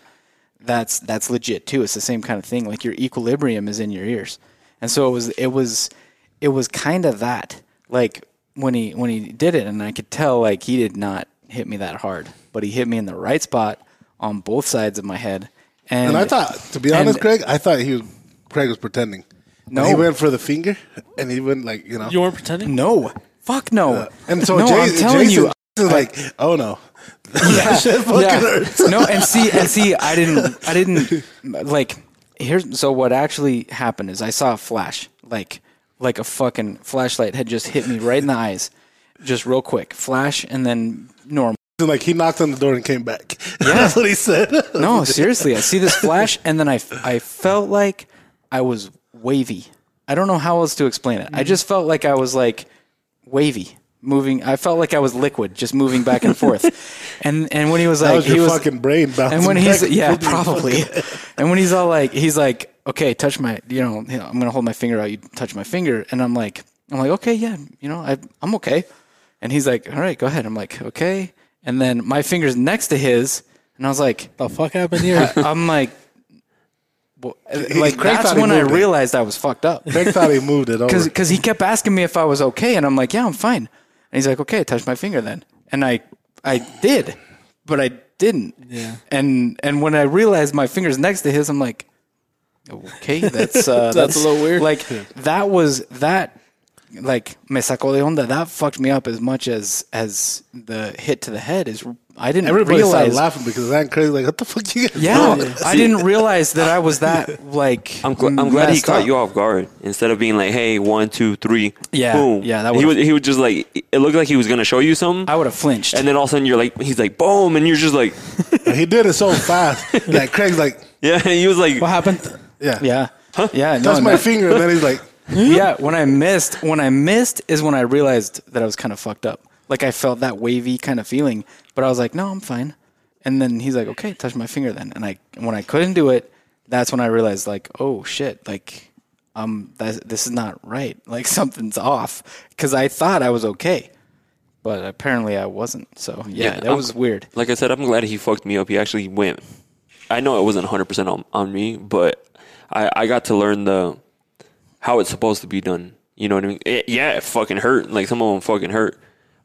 That's that's legit too. It's the same kind of thing. Like your equilibrium is in your ears, and so it was it was it was kind of that. Like when he when he did it, and I could tell like he did not hit me that hard, but he hit me in the right spot on both sides of my head. And, And I thought, to be and- honest, Craig, I thought he was Craig was pretending. No. he went for the finger, and he went like you know. You weren't pretending. No. Fuck no. and so no, Jay, I'm telling Jason you. is like, oh no, that shit fucking Yeah. hurts. no, and see, and see, I didn't, I didn't like. here's so what actually happened is I saw a flash, like like a fucking flashlight had just hit me right in the eyes, just real quick, flash, and then normal. Like he knocked on the door and came back. That's what he said. No, seriously, I see this flash, and then I I felt like I was wavy. I don't know how else to explain it. I just felt like I was like wavy. Moving, I felt like I was liquid, just moving back and forth, and and when he was like, that was he your was, fucking brain bouncing. and when back he's and yeah forth. probably and when he's all like he's like okay touch my you know you know, i'm gonna hold my finger out you touch my finger and i'm like i'm like okay yeah you know I, i'm okay and he's like all right go ahead i'm like okay and then my finger's next to his and i was like The fuck happened here? i'm like well, like Craig that's thought he when i moved it. realized i was fucked up Craig thought he moved it over. because because he kept asking me if I was okay, and I'm like, yeah, I'm fine. And he's like, okay, touch my finger then, and I I did, but I didn't. Yeah. And and when I realized my finger's next to his, I'm like, okay, that's uh, that's, a little weird. Like that was that like me sacó de onda. That fucked me up as much as as the hit to the head is. I didn't Everybody started realize. laughing because that Craig like, what the fuck you guys? Yeah, doing? I didn't realize that I was that like. I'm, gl- I'm glad he Mm, messed caught up. you off guard instead of being like, "Hey, one, two, three, Yeah, boom." yeah, that he was would've- he was just like it looked like he was gonna show you something, I would have flinched. and then all of a sudden you're like, he's like, "Boom," and you're just like, He did it so fast. Like Craig's like, "Yeah." He was like, what happened? yeah, yeah, yeah. no, That's my no. finger, and then he's like, yeah, when I missed, when I missed is when I realized that I was kind of fucked up. Like I felt that wavy kind of feeling, but I was like, no, I'm fine. And then he's like, okay, touch my finger then. And I, when I couldn't do it, that's when I realized, like, oh shit, like, um, that, this is not right. Like something's off because I thought I was okay, but apparently I wasn't. So yeah, that I'm- was weird. Like I said, I'm glad he fucked me up. He actually went. I know it wasn't 100 percent on on me, but I I got to learn the how it's supposed to be done. You know what I mean? It, yeah, it fucking hurt. Like some of them fucking hurt.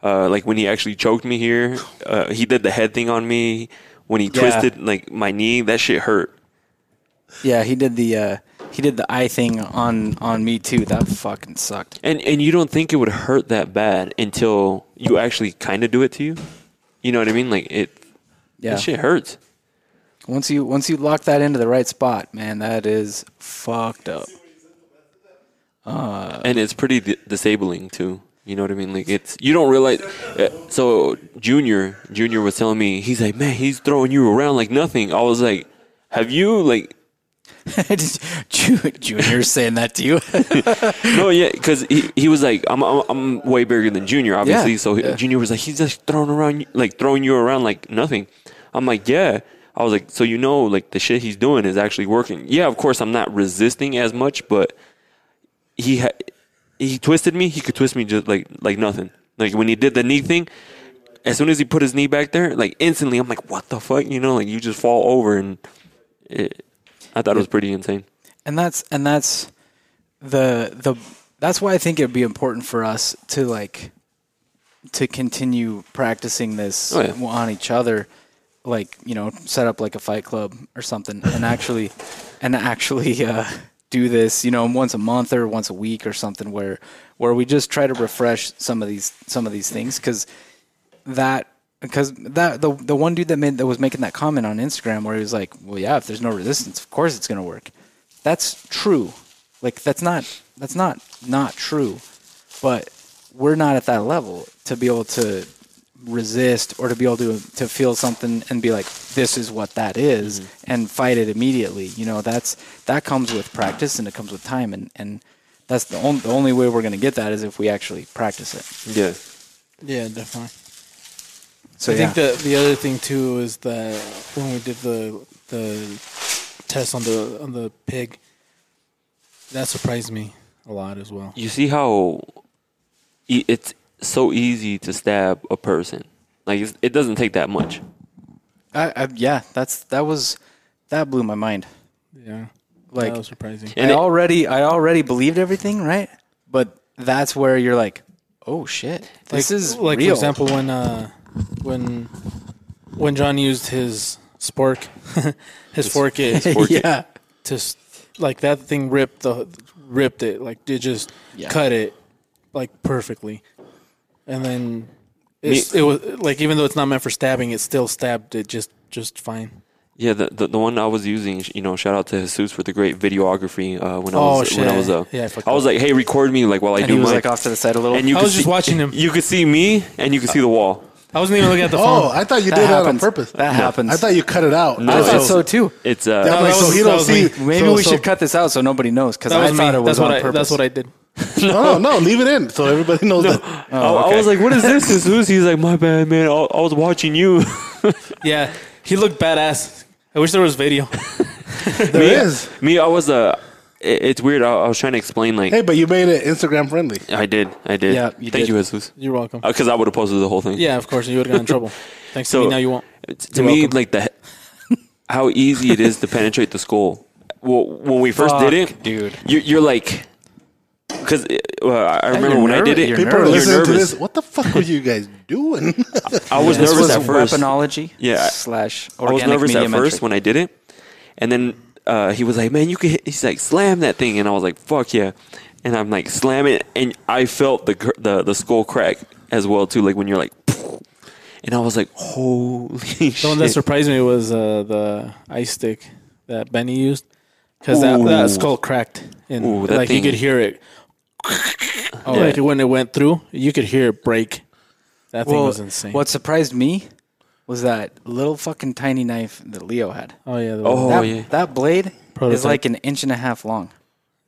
Uh, like when he actually choked me here, uh, he did the head thing on me. When he twisted like my knee, that shit hurt. Yeah, he did the uh, he did the eye thing on on me too. That fucking sucked. And and you don't think it would hurt that bad until you actually kind of do it to you. You know what I mean? Like it. Yeah. That shit hurts. Once you once you lock that into the right spot, man, that is fucked up. and it's pretty di- disabling too. You know what I mean? Like it's you don't realize. uh, So Junior, Junior was telling me he's like, man, he's throwing you around like nothing. I was like, have you like Ju- Junior's saying that to you. no yeah? Because he, he was like, I'm, I'm I'm way bigger than Junior, obviously. Yeah, so he- yeah. Junior was like, he's just throwing around you- like throwing you around like nothing. I'm like, yeah. I was like, so you know, like the shit he's doing is actually working. Yeah, of course, I'm not resisting as much, but he ha- he twisted me. He could twist me just like like nothing. Like when he did the knee thing, as soon as he put his knee back there, like instantly, I'm like, what the fuck? You know, like you just fall over, and it, I thought it was pretty insane. and that's and that's the the that's why I think it'd be important for us to like to continue practicing this Oh, yeah. on each other, like you know, set up like a fight club or something, and actually and actually uh, do this, you know, once a month or once a week or something, where where we just try to refresh some of these some of these things because that because that the the one dude that made that was making that comment on Instagram where he was like, "Well, yeah, if there's no resistance, of course it's going to work." That's true. Like that's not that's not not true. But we're not at that level to be able to resist or to be able to to feel something and be like, "This is what that is," Mm-hmm. and fight it immediately. You know, that's that comes with practice and it comes with time and and that's the only the only way we're going to get that is if we actually practice it. Yeah, Yeah, definitely. So I yeah. think the the other thing too is that when we did the the test on the on the pig, that surprised me a lot as well. you see how e- it's so easy to stab a person. Like it's, it doesn't take that much. I, I, yeah, that's that was that blew my mind. Yeah, Like that was surprising. I already I already believed everything, right? But that's where you're like, oh shit, this like, is like real. for example when uh when when John used his spork, his fork is fork it. yeah, to s- like that thing ripped the ripped it like it just Yeah. cut it like perfectly, and then it's, it was like even though it's not meant for stabbing, it still stabbed it just just fine. Yeah, the, the the one I was using, sh- you know, shout out to Jesus for the great videography. Uh, when I Oh, was when I shit. was up, Yeah, I fucked I was up. like, hey, record me like while I and do he was my. like off to the side a little. and you I could was just see- watching him. You could see me and you could see the wall. I wasn't even looking at the phone. Oh, I thought you That did that on happens. purpose. That happens. I thought you cut it out. No, I it's- thought so too. It's uh, Yeah, I'm No, like, that so was- he that don't was see. me. Maybe so- we so- should cut this out so nobody knows because that I was thought me. it was that's on what I, purpose. That's what I did. No, no, leave it in so everybody knows that. Oh, I, I was like, what is this, Jesus? He's like, my bad, man. I, I was watching you. Yeah, he looked badass. I wish there was video. There me, is. me. I was Uh, it, it's weird. I, I was trying to explain like. Hey, but you made it Instagram friendly. I did. I did. Yeah, you did. Thank you, Jesus. You're welcome. Because I would have posted the whole thing. Yeah, of course. You would have gotten in trouble. Thanks So- to me, now you won't. It's- to You're me, welcome. like the how easy it is to penetrate the skull. Well, when we first did Fuck, it, dude. you, you're like, because uh, I remember you're when I did nervous- it, you're People are nervous. listening to nervous. this. What the fuck were you guys doing? I was This nervous was at first. weaponology Yeah, I- slash I was organic nervous at mediumentry. first when I did it, and then uh, he was like, "Man, you can." Hit, he's like, "Slam that thing," and I was like, "Fuck yeah!" And I'm like, "Slam it," and I felt the gr- the the skull crack as well too. Like when you're like, and I was like, "Holy The shit!" one that surprised me was uh, the ice stick that Benny used because that, Ooh. that skull cracked and Ooh, that like thing- you could hear it. Oh, Yeah. Like when it went through, you could hear it break. That thing Well, was insane. What surprised me was that little fucking tiny knife that Leo had. Oh yeah. The Oh, that, yeah. that blade Prototype. is like an inch and a half long,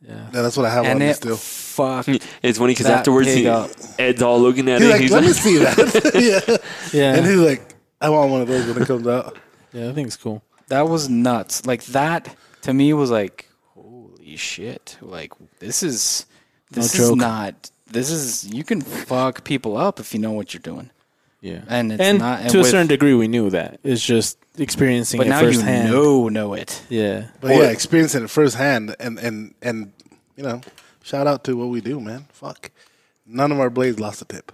Yeah, that's what I have on and me it still. fucked. It's funny because That afterwards, pig he, up. Ed's all looking at He's it. like, he's let like, me see that. yeah. Yeah. And he's like, I want one of those when it comes out. yeah. That thing's cool. That was nuts. Like that to me was like, holy shit! Like this is this is joke. not. This is you can fuck people up if you know what you're doing, Yeah. and it's and not. and to a with- certain degree, we knew that. It's just experiencing but it now you firsthand. know know it. Yeah. But yeah, experiencing it firsthand and and and you know, shout out to what we do, man. Fuck, none of our blades lost a tip.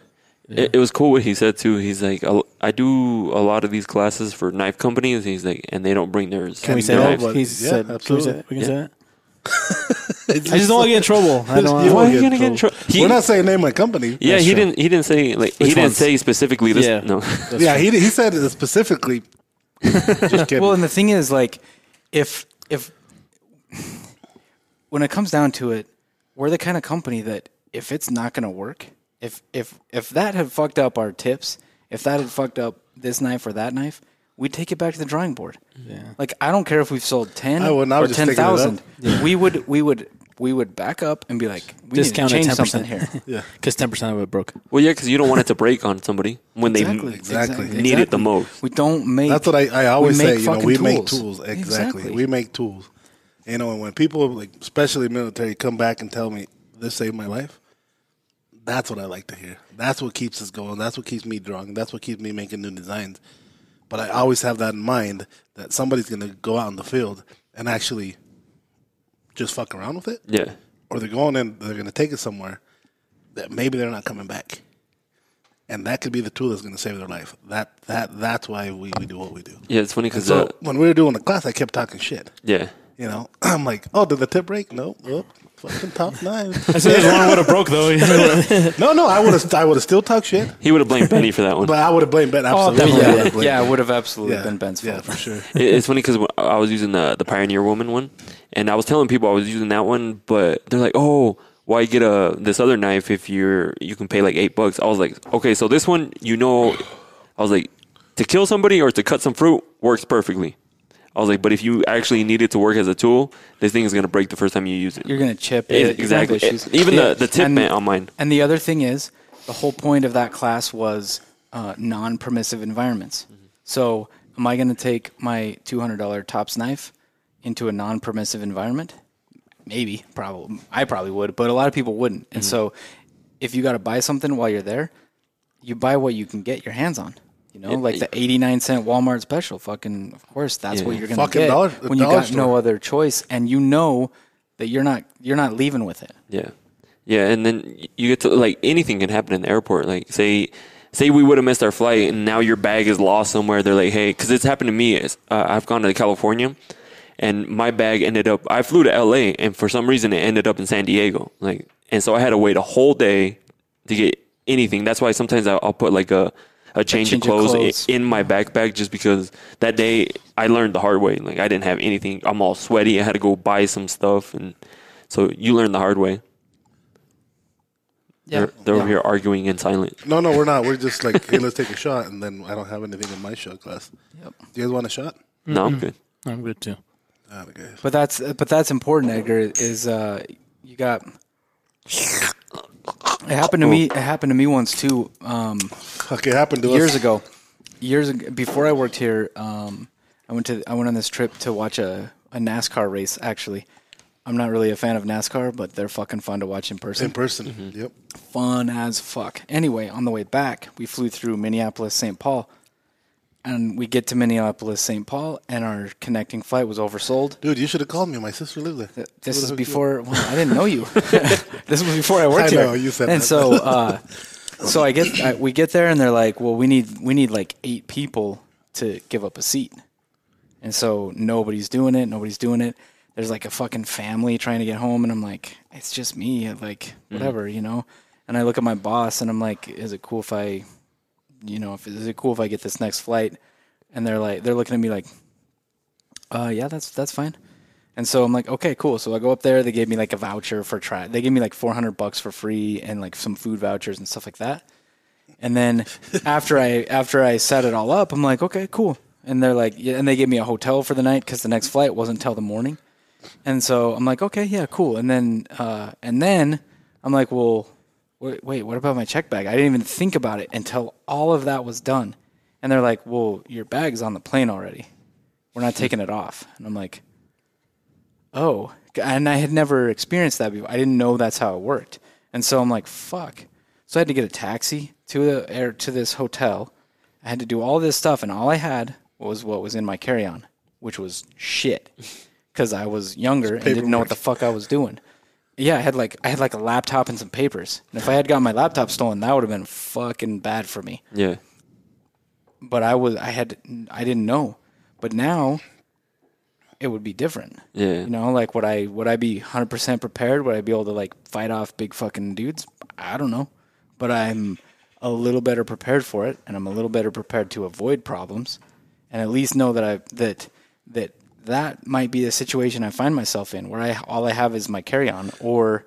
It, it was cool what he said too. He's like, "A- I do a lot of these classes for knife companies. He's like, and they don't bring theirs. Can we say no, that? but- He yeah, said, can we say absolutely. that? We can say that? I just don't want to get in trouble. I don't You wanna- Why won't are you get gonna get in trouble? He- We're not saying name my company. Yeah, That's he true. didn't. He didn't say like he Which didn't ones? say specifically this. Yeah. No, yeah, he he said it specifically. just kidding. Well, and the thing is, like, if if when it comes down to it, we're the kind of company that if it's not going to work, if if if that had fucked up our tips, if that had fucked up this knife or that knife, we'd take it back to the drawing board. Yeah. Like, I don't care if we've sold ten I wouldn't. I or was just ten thinking it up. thousand. We would we would we would back up and be like, we Discount need to at ten change something percent here. Yeah. because ten percent of it broke. well, yeah, because you don't want it to break on somebody when they exactly. need it the most. We don't make. That's what I, I always we say. make You know, fucking we make tools. Exactly. Exactly. We make tools. You know, and when people, like, especially military, come back and tell me this saved my life, that's what I like to hear. That's what keeps us going. That's what keeps me drawing. That's what keeps me making new designs. But I always have that in mind that somebody's going to go out in the field and actually just fuck around with it, Yeah, or they're going and they're going to take it somewhere that maybe they're not coming back. And that could be the tool that's going to save their life. That that that's why we, we do what we do. yeah. It's funny because So uh, when we were doing the class, I kept talking shit. yeah, You know, I'm like, oh, did the tip break? No, oh, fucking top nine. I said there's one would have broke though. no, no, I would have, I would have still talked shit, he would have blamed Benny for that one. but I would have blamed Ben. Absolutely, Oh, Definitely I yeah, would've blamed yeah, Ben. it would have absolutely yeah, been Ben's fault. yeah, for sure. It- It's funny because I was using the the Pioneer Woman one, and I was telling people I was using that one, but they're like, "Oh, why get a this other knife if you're you can pay like eight bucks?" I was like, "Okay, so this one, you know, I was like, to kill somebody or to cut some fruit works perfectly." I was like, "But if you actually need it to work as a tool, this thing is gonna break the first time you use it." you're gonna chip Yeah, it. You're gonna have exactly. issues. Even Yeah. the the tip And- man on mine. And the other thing is, the whole point of that class was uh, non-permissive environments. Mm-hmm. So, am I gonna take my two hundred dollar tops knife into a non-permissive environment? Maybe, probably. I probably would, but a lot of people wouldn't. And so, if you got to buy something while you're there, you buy what you can get your hands on. You know, like the eighty-nine cent Walmart special. Fucking, of course, that's what you're gonna Fucking get dollar- when you dollar got store. no other choice, and you know that you're not you're not leaving with it. Yeah, yeah, and then y- you get to like anything can happen in the airport. Like say, say we would have missed our flight, and now your bag is lost somewhere. They're like, hey, because it's happened to me. It's, uh, I've gone to California, and my bag ended up. I flew to L.A. and for some reason it ended up in San Diego. Like, and so I had to wait a whole day to get anything. That's why sometimes I'll, I'll put like a a change, change of of clothes, i- clothes. in my backpack just because that day I learned the hard way. Like I didn't have anything. I'm all sweaty. I had to go buy some stuff, and so you learn the hard way. Yeah. They're, they're over here arguing in silence. No, no, we're not. We're just like, hey, let's take a shot, and then I don't have anything in my shot glass. Yep. Do you guys want a shot? No, I'm good. I'm good too. Ah, okay. But that's but that's important, Edgar. Is uh, you got. It happened to me. It happened to me once too. Um, Fuck, it happened to us years ago, years ago, before I worked here, um, I went to I went on this trip to watch a, a NASCAR race. Actually, I'm not really a fan of NASCAR, but they're fucking fun to watch in person in person. Yep. fun as fuck. Anyway, on the way back, we flew through Minneapolis, St. Paul, and we get to Minneapolis, St. Paul, and our connecting flight was oversold. Dude, you should have called me. My sister lived there. Would've This hooked is you up. before well, I didn't know you. this was before I worked I know, here. you said and that. so, uh, so I get I, we get there, and they're like, "Well, we need we need like eight people to give up a seat," and so nobody's doing it. Nobody's doing it. There's like a fucking family trying to get home, and I'm like, "It's just me." Like Mm-hmm. whatever, you know. And I look at my boss, and I'm like, "Is it cool if I, you know, if is it cool if I get this next flight?" And they're like, they're looking at me like, "Uh, yeah, that's that's fine." And so I'm like, okay, cool. So I go up there. They gave me like a voucher for try. They gave me like 400 bucks for free and like some food vouchers and stuff like that. And then after I after I set it all up, I'm like, okay, cool. And they're like, yeah, and they gave me a hotel for the night because the next flight wasn't till the morning. And so I'm like, okay, yeah, cool. And then uh, and then I'm like, well, wait, wait, what about my check bag? I didn't even think about it until all of that was done. And they're like, well, your bag's on the plane already. We're not taking it off. And I'm like, oh, and I had never experienced that before. I didn't know that's how it worked, and so I'm like, fuck. So I had to get a taxi to the air to this hotel. I had to do all this stuff, and all I had was what was in my carry-on, which was shit, because I was younger and didn't know what the fuck I was doing. Yeah, I had like I had like a laptop and some papers, and if I had gotten my laptop stolen, that would have been fucking bad for me Yeah. but I was I had I didn't know. But now it would be different. Yeah. You know, like would I would I be 100% prepared? Would I be able to like fight off big fucking dudes? I don't know. But I'm a little better prepared for it and I'm a little better prepared to avoid problems and at least know that I that that that might be the situation I find myself in where I all I have is my carry-on or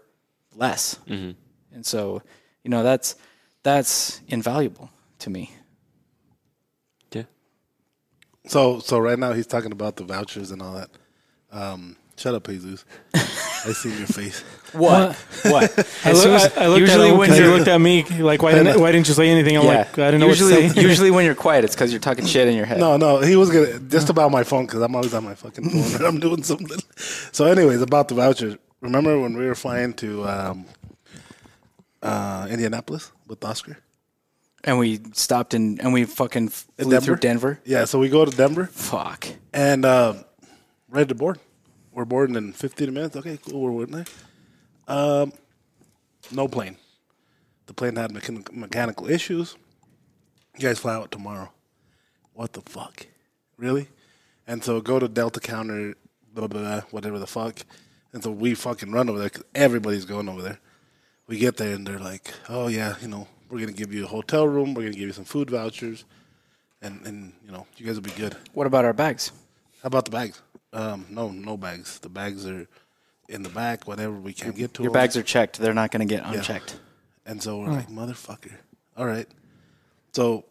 less. And so, you know, that's that's invaluable to me. Yeah. So, so right now he's talking about the vouchers and all that. Um, shut up, Jesus. I see your face. What? What? I, look, I, I looked usually at him when because he you're looked at me like, why didn't, why didn't you say anything? I'm like, I didn't know usually, what to say. usually when you're quiet, it's because you're talking shit in your head. No, no, he was gonna just about my phone because I'm always on my fucking phone when I'm doing something. So, anyways, about the vouchers. Remember when we were flying to um, uh, Indianapolis with Oscar? And we stopped and and we fucking flew Denver? through Denver. Yeah, so we go to Denver Fuck. and uh, ready to board. We're boarding in 15 minutes. Okay, cool. We're waiting there. Um, no plane. The plane had mechan- mechanical issues. You guys fly out tomorrow. What the fuck? Really? And so go to Delta counter, blah, blah, blah, whatever the fuck. And so we fucking run over there 'cause everybody's going over there. We get there and they're like, oh, yeah, you know, we're going to give you a hotel room. We're going to give you some food vouchers. And, and, you know, you guys will be good. What about our bags? How about the bags? Um, no, no bags. The bags are in the back. Whatever we can get to. Your them. bags are checked. They're not going to get unchecked. And so we're like, motherfucker. All right. So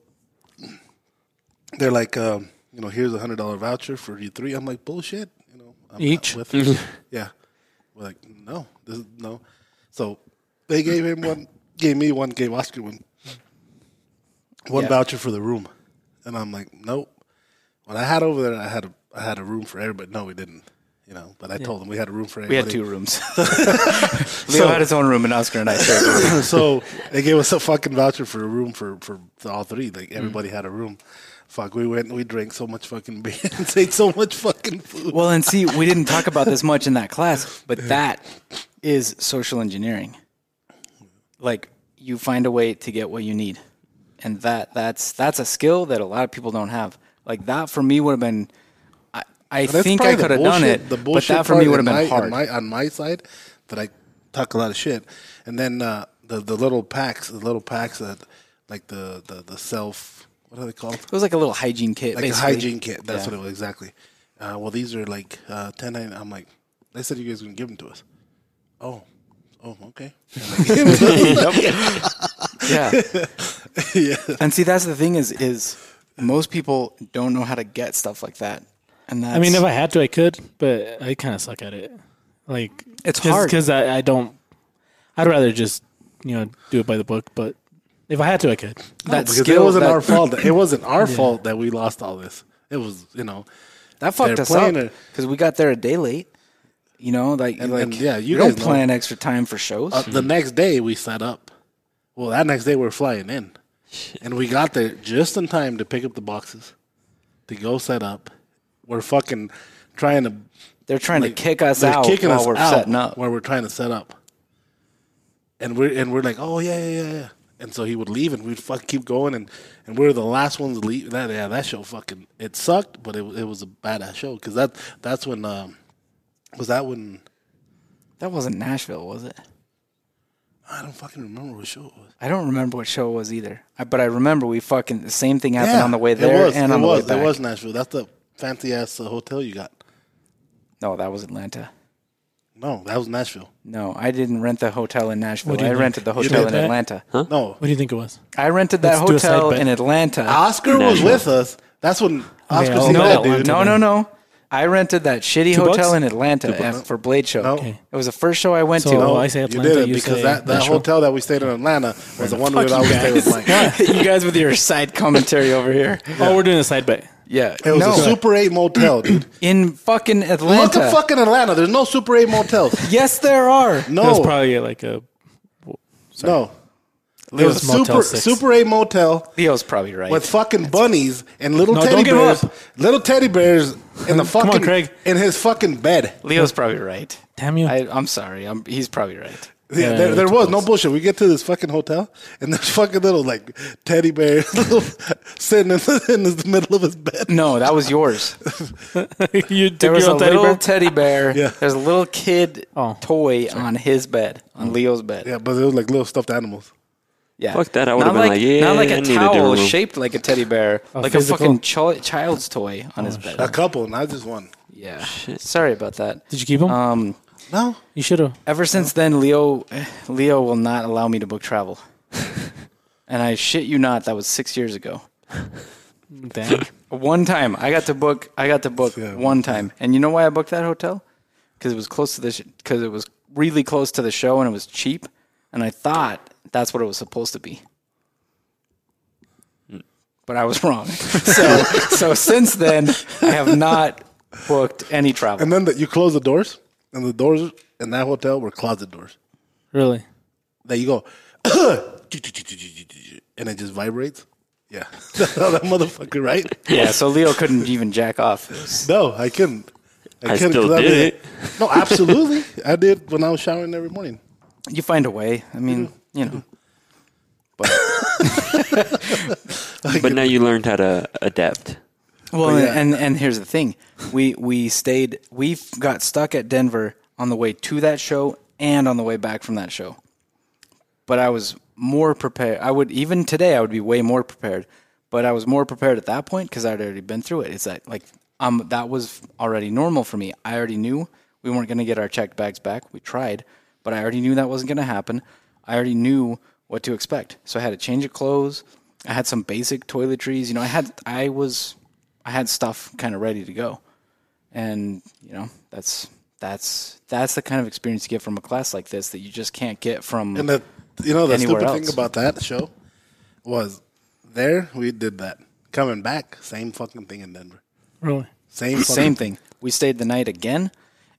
they're like, um, you know, here's a hundred dollar voucher for you three. I'm like, bullshit. You know, I'm not Each? with it. yeah. We're like, no, this is no. So they gave him one, gave me one, gave Oscar one, one Yeah. voucher for the room, and I'm like, nope. When I had over there, I had a, I had a room for everybody. No, we didn't. You know, but I told them we had a room for We everybody. had two rooms. Leo had his own room, and Oscar and I shared. a room. so they gave us a fucking voucher for a room for, for all three. Like Mm-hmm. everybody had a room. Fuck, we went and we drank so much fucking beer and ate so much fucking food. Well, and see, we didn't talk about this much in that class, but that is social engineering. Like you find a way to get what you need, and that that's that's a skill that a lot of people don't have. Like that for me would have been. I, I That's think probably I the could have done bullshit- it, The but bullshit that for me part would have in my- been hard. in my, on my side. That I talk a lot of shit, and then uh, the the little packs, the little packs that like the the, the self. What are they called? It was like a little hygiene kit. Like basically. a hygiene kit. That's Yeah. what it was exactly. Uh, well, these are like uh, ten nine. I'm like, they said you guys were gonna give them to us. Oh, oh, okay. Yeah. yeah, And see, that's the thing is, is most people don't know how to get stuff like that. And that's, I mean, if I had to, I could, but I kind of suck at it. Like It's cause, hard. because I, I don't. I'd rather just you know do it by the book, but if I had to, I could. that because skill, it wasn't that- our fault. It wasn't our fault that we lost all this. It was, you know, that they're fucked us up playing it. because we got there a day late. You know, like, And, like and, yeah, you we don't guys know. plan extra time for shows. uh, the next day we set up. Well, that next day we we're flying in, and we got there just in time to pick up the boxes to go set up. We're fucking trying to they're trying like, to kick us they're out kicking while us we're out setting up. while we're trying to set up. And we're and we're like, oh yeah, yeah, yeah, yeah. And so he would leave, and we'd fuck keep going, and and we were the last ones to leave. That yeah, that show fucking it sucked, but it wa- it was a badass show because that that's when um was that when That wasn't Nashville, was it? I don't fucking remember what show it was. I don't remember what show it was either. I, but I remember we fucking the same thing happened on the way it there was, and it on the was, way back. It was Nashville. That's the fancy ass uh, hotel you got. No, that was Atlanta. No, that was Nashville. No, I didn't rent the hotel in Nashville. do you I think? rented the You hotel did in that? Atlanta. No, What do you think it was? I rented that Let's do a side hotel bet. in Atlanta. Oscar was Nashville. with us. That's when Oscar I'll seen go that to dude. Atlanta. oh, No, no, no. I rented that shitty Two hotel bucks? in Atlanta at, for Blade Show. No. Okay. It was the first show I went So- to. No. Oh, I say Atlanta, you did it you because say that, that Nashville. hotel that we stayed in Atlanta was the one we would always stay with Mike. you guys with your side commentary over here. Oh, we're doing a side bet. Yeah. It was no. a Super 8 motel, dude. in fucking Look Atlanta. at fucking Atlanta. There's no Super 8 motels. Yes, there are. That's No, probably like a no. There was a was Motel Super, Six. Super 8 motel Leo's probably right. with fucking bunnies and little No, teddy don't give bears. up. Little teddy bears in the Come on, fucking Craig. in his fucking bed. Leo's probably right. damn you. I, I'm sorry. I'm, he's probably right. Yeah, Yeah, there, there it's was no bullshit. We get to this fucking hotel, and there's fucking little like teddy bear little, sitting in the, in the middle of his Mm. bed. No, that was yours. you took There was your a own teddy little bear. teddy bear. Yeah. There's a little kid Oh, toy on his bed, on Leo's bed. Yeah, but it was like little stuffed animals. Yeah. Fuck that, I would've Not been like, yeah, not like I a need a different towel room. shaped like a teddy bear, like physical? a fucking cho- child's toy on his bed. A couple, not just one. Yeah. Sorry about that. Did you keep him? Um, No, you should have. ever since then, Leo, Leo will not allow me to book travel. and I shit you not, that was six years ago. Damn. One time, I got to book. I got to book Yeah. one time, and you know why I booked that hotel? Because it was close to the. Because it was really close to the show, and it was cheap. And I thought that's what it was supposed to be, but I was wrong. so, so since then, I have not booked any travel. and then the, you close the doors, and the doors in that hotel were closet doors. really? There you go, and it just vibrates. Yeah, that motherfucker, right? Yeah, so Leo couldn't even jack off. It was- No, I couldn't. I couldn't still 'cause did it. No, absolutely, I did when I was showering every morning. You find a way. I mean, you know. But now you learned how to adapt. Well, yeah. and and here's the thing, we we stayed, we f- got stuck at Denver on the way to that show and on the way back from that show. But I was more prepared. I would even today, I would be way more prepared. But I was more prepared at that point because I'd already been through it. It's that like um that was already normal for me. I already knew we weren't going to get our checked bags back. We tried, but I already knew that wasn't going to happen. I already knew what to expect. So I had a change of clothes. I had some basic toiletries. You know, I had I was I had stuff kind of ready to go, and you know that's that's that's the kind of experience you get from a class like this that you just can't get from. And the you know the Anywhere stupid thing else. about that show was there we did that. Coming back, same fucking thing in Denver. Really? Same fucking Same thing. We stayed the night again,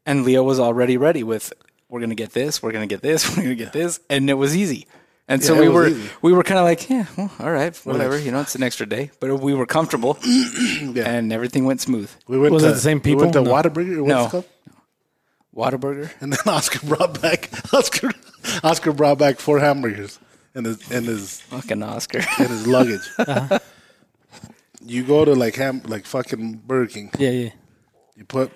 and Leo was already ready with we're gonna get this, we're gonna get this, we're gonna get this, and it was easy. And so Yeah, it we was were easy. we were kind of like, yeah, well, all right, whatever, you know, it's an extra day, but we were comfortable, and everything went smooth. We went Was to it the same We went to people? No. Whataburger. What's No. it called? Whataburger. And then Oscar brought back Oscar. Oscar brought back four hamburgers in his in his Fucking Oscar. in his luggage. You go to like ham like fucking Burger King. Yeah, yeah. You put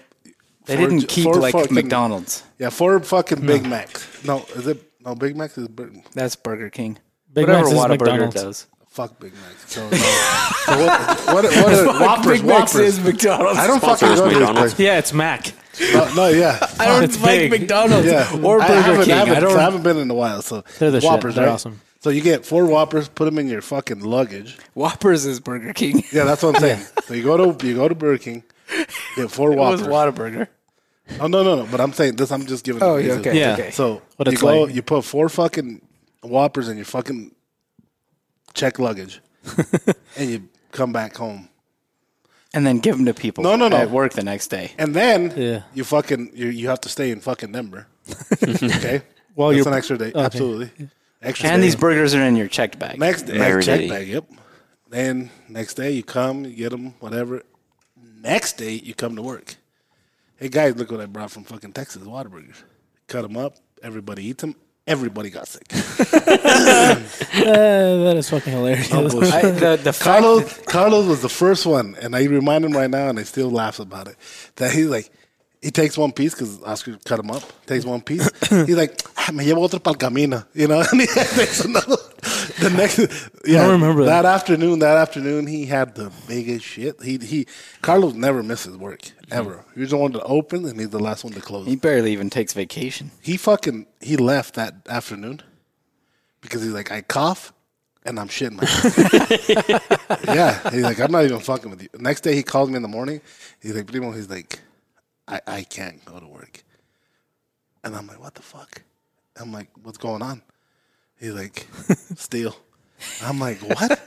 They four didn't j- keep four like fucking- McDonald's. Yeah, four fucking Big Macs. No, is it no Big Macs is Burger. That's Burger King. Big Whatever Mac's is Whataburger McDonald's. does. Fuck Big Mac. So, no. so what? What? what are, Whoppers, Whoppers. McDonald's. I don't fucking Sponsors go to this McDonald's. place. Yeah, it's Mac. No, no, yeah, I don't It's like big. McDonald's yeah. or I Burger haven't- King. I haven't, I don't. so I haven't been in a while. So They're the shit. Whoppers, They're right? awesome. So you get four Whoppers, put them in your fucking luggage. Whoppers is Burger King. Yeah, that's what I'm saying. so you go to you go to Burger King, get four It was Whoppers. Whataburger. Oh no no no! But I'm saying this. I'm just giving. Oh, the yeah, reason. okay. Yeah. okay. So What you it's go, like. you put four fucking whoppers in your fucking check luggage, and you come back home, and then give them to people. No, no, no. At work the next day. and then Yeah. you fucking you, you have to stay in fucking Denver. okay, Well, well, it's you're- an extra day. okay. Absolutely, extra. And day. these burgers are in your checked bag. next day, Marinade. check bag. Yep. Then next day you come, you get them, whatever. Next day you come to work. Hey guys, look what I brought from fucking Texas, Waterburgers. Cut them up. Everybody eats them. Everybody got sick. that is fucking hilarious. I, the the fact Carlos, Carlos was the first one, and I remind him right now, and I still laughs about it. That he's like, he takes one piece because Oscar cut him up. Takes one piece. he's like, ah, me llevo otro pal camino, you know. And he takes another. The next, yeah, remember that. that. afternoon. That afternoon, he had the biggest shit. He he, Carlos never misses work ever. He's the one to open, and he's the last one to close. he barely even takes vacation. He fucking he left that afternoon because he's like, I cough and I'm shitting myself. yeah, he's like, I'm not even fucking with you. Next day he calls me in the morning. He's like, Primo, he's like, I, I can't go to work. And I'm like, what the fuck? I'm like, what's going on? He's like, steal. I'm like, what?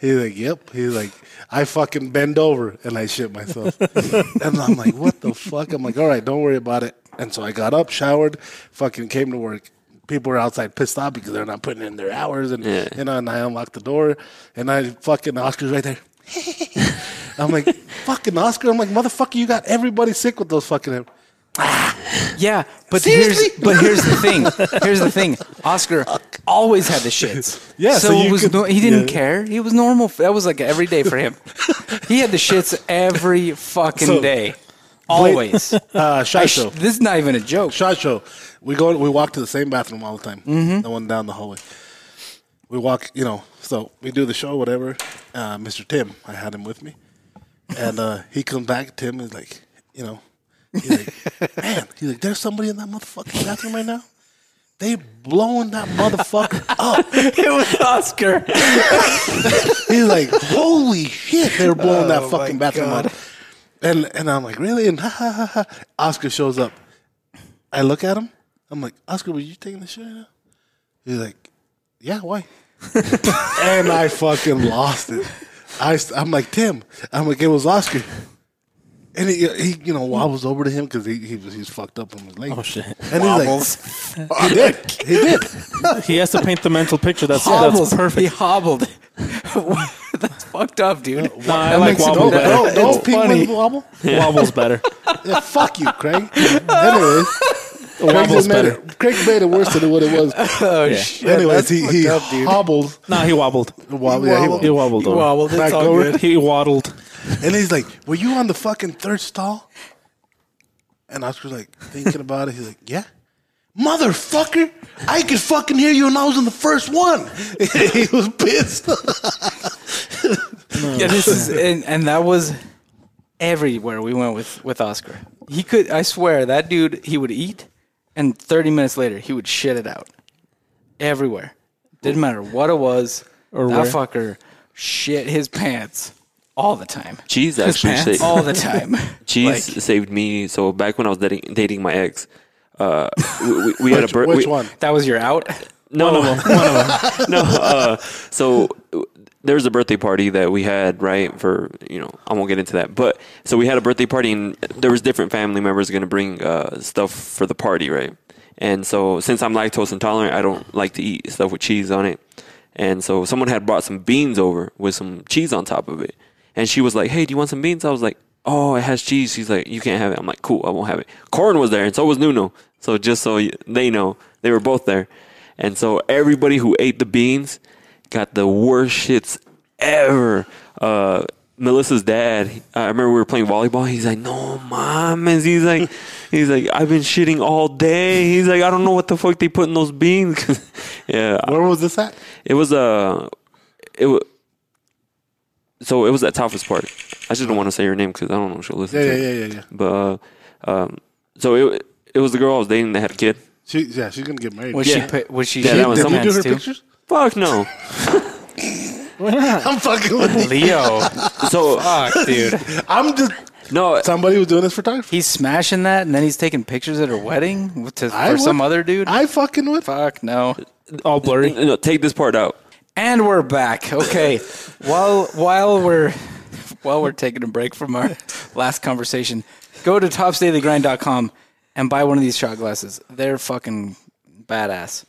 He's like, yep. He's like, I fucking bend over and I shit myself. and I'm like, what the fuck? I'm like, all right, don't worry about it. And so I got up, showered, fucking came to work. People were outside pissed off because they're not putting in their hours. And, Yeah. you know, and I unlocked the door and I fucking Oscar's right there. I'm like, fucking Oscar. I'm like, motherfucker, you got everybody sick with those fucking. Yeah, but here's Seriously? but here's the thing. Here's the thing. Oscar always had the shits. Yeah, so, so you it was could- no, he didn't yeah. care. He was normal. That was like every day for him. he had the shits every fucking So- day, always. Uh, I shot sh- show. this is not even a joke. Shot show. We go. We walk to the same bathroom all the time. The one down the hallway. We walk. You know. So we do the show. Whatever. Uh, Mr. Tim. I had him with me, and uh, he comes back. Tim is like, you know, he's like, man. He's like, there's somebody in that motherfucking bathroom right now. They blowing that motherfucker up. it was Oscar. He's like, holy shit, they're blowing that Oh fucking bathroom up. And and I'm like, really? And ha, ha, ha, ha. Oscar shows up. I look at him. I'm like, Oscar, were you taking the shit right now? He's like, yeah, why? and I fucking lost it. I, am like, Tim. I'm like, it was Oscar. And he, he you know, wobbles over to him because he, he, was- he's fucked up on his leg. Oh, shit. And he's like, he did. He did. he has to paint the mental picture. That's Hobbles. that's He perfect. hobbled. That's fucked up, dude. No, I That like makes it Don't, wobble better. don't, don't It's peek with funny. wobble. Wobble's better. Yeah, fuck you, Craig. Anyways, Craig wobble's made better. it. Craig made it worse than what it was. Oh shit! Anyways, that's he, fucked he up, dude. hobbled. No, he wobbled. Wobble, yeah, he He wobbled. He wobbled. over. wobbled. It's Back all over. good. He waddled. And he's like, "Were you on the fucking third stall?" And Oscar's like thinking about it. He's like, "Yeah." Motherfucker, I could fucking hear you, and I was in the first one. he was pissed. Yeah, this is and, and that was everywhere we went with with Oscar. He could, I swear, that dude he would eat, and 30 minutes later he would shit it out everywhere. Didn't matter what it was. Or that where. fucker shit his pants all the time, Cheese actually pants? saved, all the time. cheese saved me. So back when I was dating, dating my ex, uh, we, we, we had a Which, bird. which one? that was your out. No, no, one of them. no. Uh, so uh, there was a birthday party that we had, right? For you know, I won't get into that. But so we had a birthday party, and there was different family members going to bring uh, stuff for the party, right? And so since I'm lactose intolerant, I don't like to eat stuff with cheese on it. And so someone had brought some beans over with some cheese on top of it, and she was like, "Hey, do you want some beans?" I was like. Oh, it has cheese. She's like, you can't have it. I'm like, cool, I won't have it. Corn was there, and so was Nuno. So just so y- they know, they were both there. And so everybody who ate the beans got the worst shits ever. Uh, Melissa's dad, I remember we were playing volleyball. He's like, "No, mames." He's like, "He's like, I've been shitting all day." He's like, "I don't know what the fuck they put in those beans." yeah, Where was this at? it was a. Uh, it wa- so it was that toughest part. I just don't want to say her name because I don't know if she'll listen Yeah, to yeah, it. yeah, yeah, yeah. But uh, um, so it it was the girl I was dating that had a kid. She, yeah, she's gonna get married. Was Yeah. she? pa- Was she? Yeah, that shaped was in Did we do pants, her too? pictures? Fuck no. I'm fucking with you. Leo, So fuck, dude. I'm just no, somebody was doing this for time. He's smashing that, and then he's taking pictures at her wedding with- to, I for would- some other dude. I fucking would. fuck no. All blurry. no. Take this part out. And we're back. Okay. while while we're while we're taking a break from our last conversation, go to topsdailigrind.com and buy one of these shot glasses. They're fucking badass.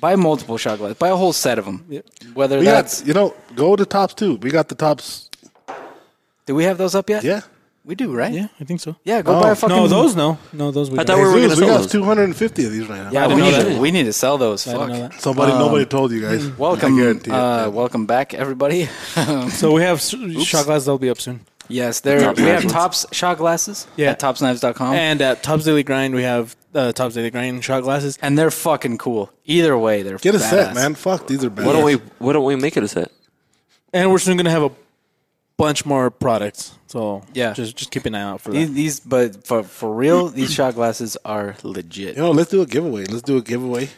Buy multiple shot glasses. Buy a whole set of them. Whether We that's got you know go to tops too. We got the tops. do we have those up yet? Yeah, we do, right? Yeah, I think so. Yeah, go Oh. buy a fucking. No, those no, no, those we. I don't. thought we were Zeus, going to we sell got those. 250 of these right now. Yeah, I we didn't need know to, that. we need to sell those. I didn't know Fuck. that. Somebody nobody told you guys. mm-hmm. Welcome, I guarantee it. uh, welcome back, everybody. So we have s- shot glasses that'll be up soon. yes, there Top we have knives. tops shot glasses Yeah. at Oh. topsknives.com. And at Tubbs Daily Grind, we have uh, Tubbs Daily Grind shot glasses. and they're fucking cool. Either way, they're Get a badass. set, man. Fuck, these are bad. Why don't we Why don't we make it a set? And we're soon going to have a bunch more products. So Yeah. just, just keep an eye out for that. These, these but for for real, these shot glasses are legit. You know, let's do a giveaway. Let's do a giveaway.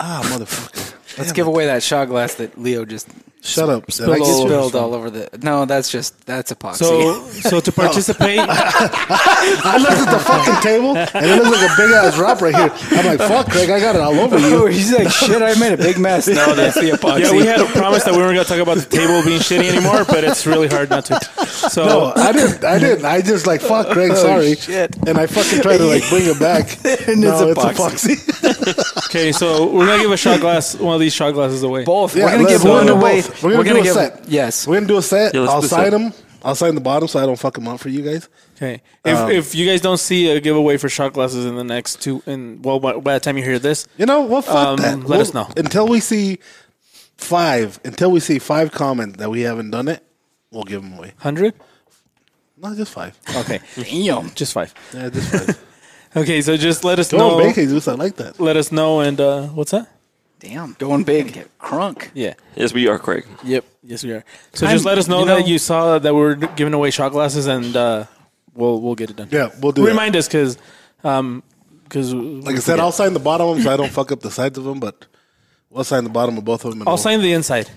Ah, motherfucker. Let's give away that shot glass that Leo just Shut up. Did I Spill get all you? spilled all over the. No, that's just that's epoxy. So, so Oh. to participate, I looked at the fucking table and it looks like a big ass drop right here. I'm like, fuck, Greg, I got it all over you. Oh, he's like, shit, I made a big mess. No, that's the epoxy. yeah, we had a promise that we weren't going to talk about the table being shitty anymore, but it's really hard not to. So, No, I didn't. I didn't. I just like fuck, Greg. Sorry, Oh, shit. and I fucking tried to like bring it back. And no, it's it's epoxy. epoxy. okay, so we're going to give a shot glass, one of these shot glasses away. both. Yeah, we're gonna let's give do one it. away. Both. We're gonna do a give set. yes. We're gonna do a set. Yeah, let's I'll do a sign set. them. I'll sign the bottom so I don't fuck them up for you guys. Okay. If, if you guys don't see a giveaway for shot glasses in the next two, and well, by, by the time you hear this, You know, well, fuck Um, that. let We'll- us know. until we see five. Until we see five comments that we haven't done it, we'll give them away. 100? Not just five. Okay. Damn. just five. Yeah, just five. Okay, so just let us Go on, know. bake it, Zeus. I like that. Let us know, and uh, what's that? Damn. Going big. crunk. Yeah. Yes, we are, Craig. Yep. Yes, we are. So I'm- just let us know, you know- that you saw that we were giving away shot glasses, and uh, we'll we'll get it done. Yeah, we'll do. that. Remind us, um, because because Like I said, I'll sign the bottom of them so I don't fuck up the sides of them, but we'll sign the bottom of both of them. and I'll we'll- sign the inside.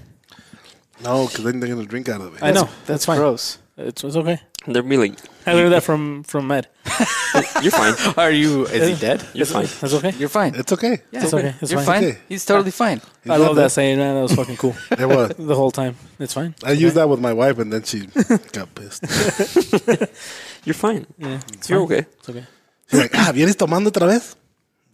No, because then they're going to drink out of it. I know that's fine. Gross. It's, it's okay. They'd be like, I learned that from from Med. "You're fine. Are you? Is he dead? You're fine." That's okay. You're fine. It's okay. Yeah, It's okay. It's You're fine. fine. Okay. He's totally fine. I love that saying, man. That was fucking cool It was. the whole time. It's fine. I used that with my wife, and then she got pissed. You're fine. Yeah, it's You're fine. okay. It's okay. She's like, ah, vienes tomando otra vez?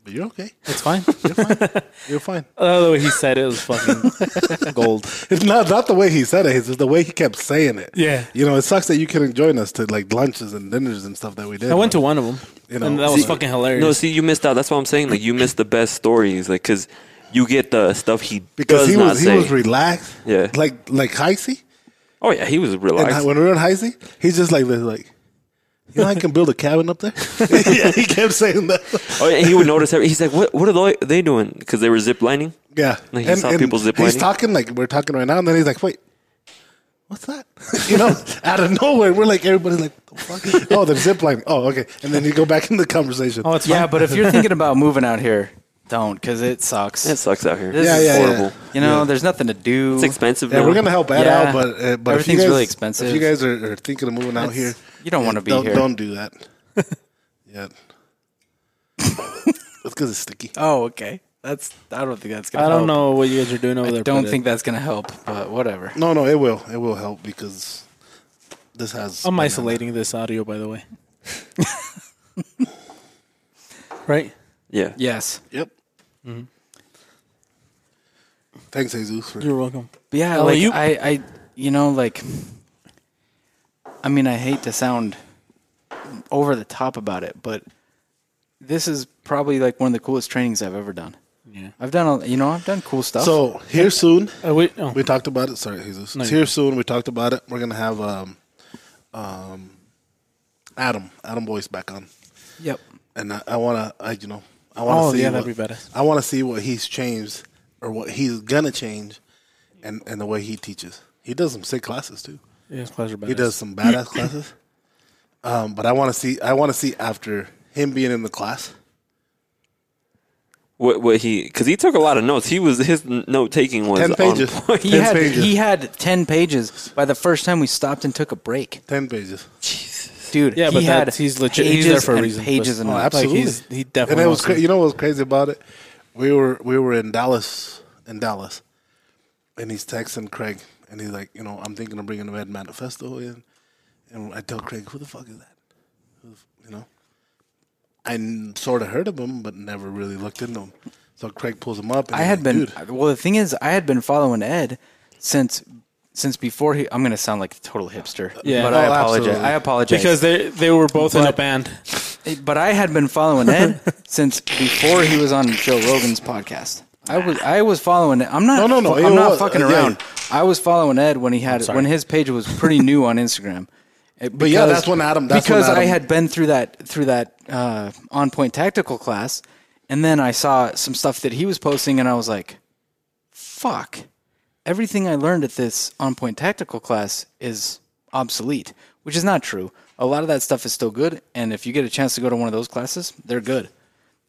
But you're okay. It's fine. You're fine. You're fine. Oh, the way he said it was fucking gold. It's not, not the way he said it. It's just the way he kept saying it. Yeah. You know, it sucks that you couldn't join us to like lunches and dinners and stuff that we did. I went to one of them, You know, and that was see- fucking hilarious. No, see, you missed out. That's what I'm saying. Like, you missed the best stories. Like, because you get the stuff he because does he not was he say. was relaxed. Yeah. Like like Heisey. oh yeah, he was And relaxed. when we were in Heisey, he's just like this, like, you know, I can build a cabin up there. yeah, he kept saying that. oh, yeah, he would notice. Every, he's like, "What? What are they- they doing?" Because they were ziplining. Yeah, Like, he saw people zip He's lining. talking like we're talking right now, and then he's like, "Wait, what's that?" you know, out of nowhere, we're like everybody's like, "The fuck?" "Oh, they're zip lining." Oh, okay, and then you go back in the conversation. oh, it's Yeah, fine. but if you're thinking about moving out here, don't because it sucks. It sucks out here. This yeah, is yeah, horrible. yeah. you know, there's nothing to do. It's expensive. Yeah, now. we're gonna help Ed Yeah. out, but uh, but if you Everything's guys- really expensive. If you guys are, are thinking of moving out It's- Oh, here, you don't yeah, wanna be don't, here. Don't do that. yeah, that's because it's sticky. Oh, okay. That's. I don't think that's gonna. I don't help. know what you guys are doing over there. I don't but think that's gonna help. But whatever. No, no, it will, it will help because this has. I'm isolating this audio, by the way. right? Yeah. Yes. Yep. Thanks, Jesus. For, mm-hmm. You're welcome. But yeah. Oh, like you- I, I. You know, like. I mean, I hate to sound over the top about it, but this is probably like one of the coolest trainings I've ever done. Yeah. I've done. A, you know, I've done cool stuff. so here soon. Uh, wait, oh. We talked about it. Sorry, Jesus. it's here soon. We talked about it. We're gonna have um, um, Adam, Adam Boyce back on, Yep. and I, I wanna, I you know, I wanna Oh, see. yeah, what, that'd be badass. I wanna see what he's changed or what he's gonna change, and and the way he teaches. He does some sick classes too. Yeah, his classes are badass. He does some badass classes. Um, but I want to see. I want to see after him being in the class. What what he? Because he took a lot of notes. He was his note taking was Ten pages. on point. He Ten had pages. he had ten pages by the first time we stopped and took a break, Ten pages. dude. Yeah, he but had that's- he's legit- he's pages there for a and reason, Pages but- and Oh, notes. absolutely. he's- he definitely And it wants was cra- to- you know what was crazy about it? We were we were in Dallas in Dallas, and he's texting Craig, and he's like, you know, I'm thinking of bringing the Red Manifesto in, and I tell Craig, who the fuck is that? Who the f- you know, I sort of heard of him, but never really looked into him. So Craig pulls him up. And I he's had like, been Dude, well. The thing is, I had been following Ed since since before he. I'm gonna sound like a total hipster. Yeah. but Oh, I apologize. absolutely. I apologize because they they were both in a But- band. But I had been following Ed since before he was on Joe Rogan's podcast. I was I was following it. I'm not No, no, no. I'm It not was- uh, fucking yeah. around. I was following Ed when he had when his page was pretty new on Instagram. It- But yeah, because- that's when Adam- that's when because I Adam- had been through that through that uh, on point tactical class, and then I saw some stuff that he was posting, and I was like, "Fuck! Everything I learned at this on point tactical class is obsolete," which is not true. A lot of that stuff is still good, and if you get a chance to go to one of those classes, they're good.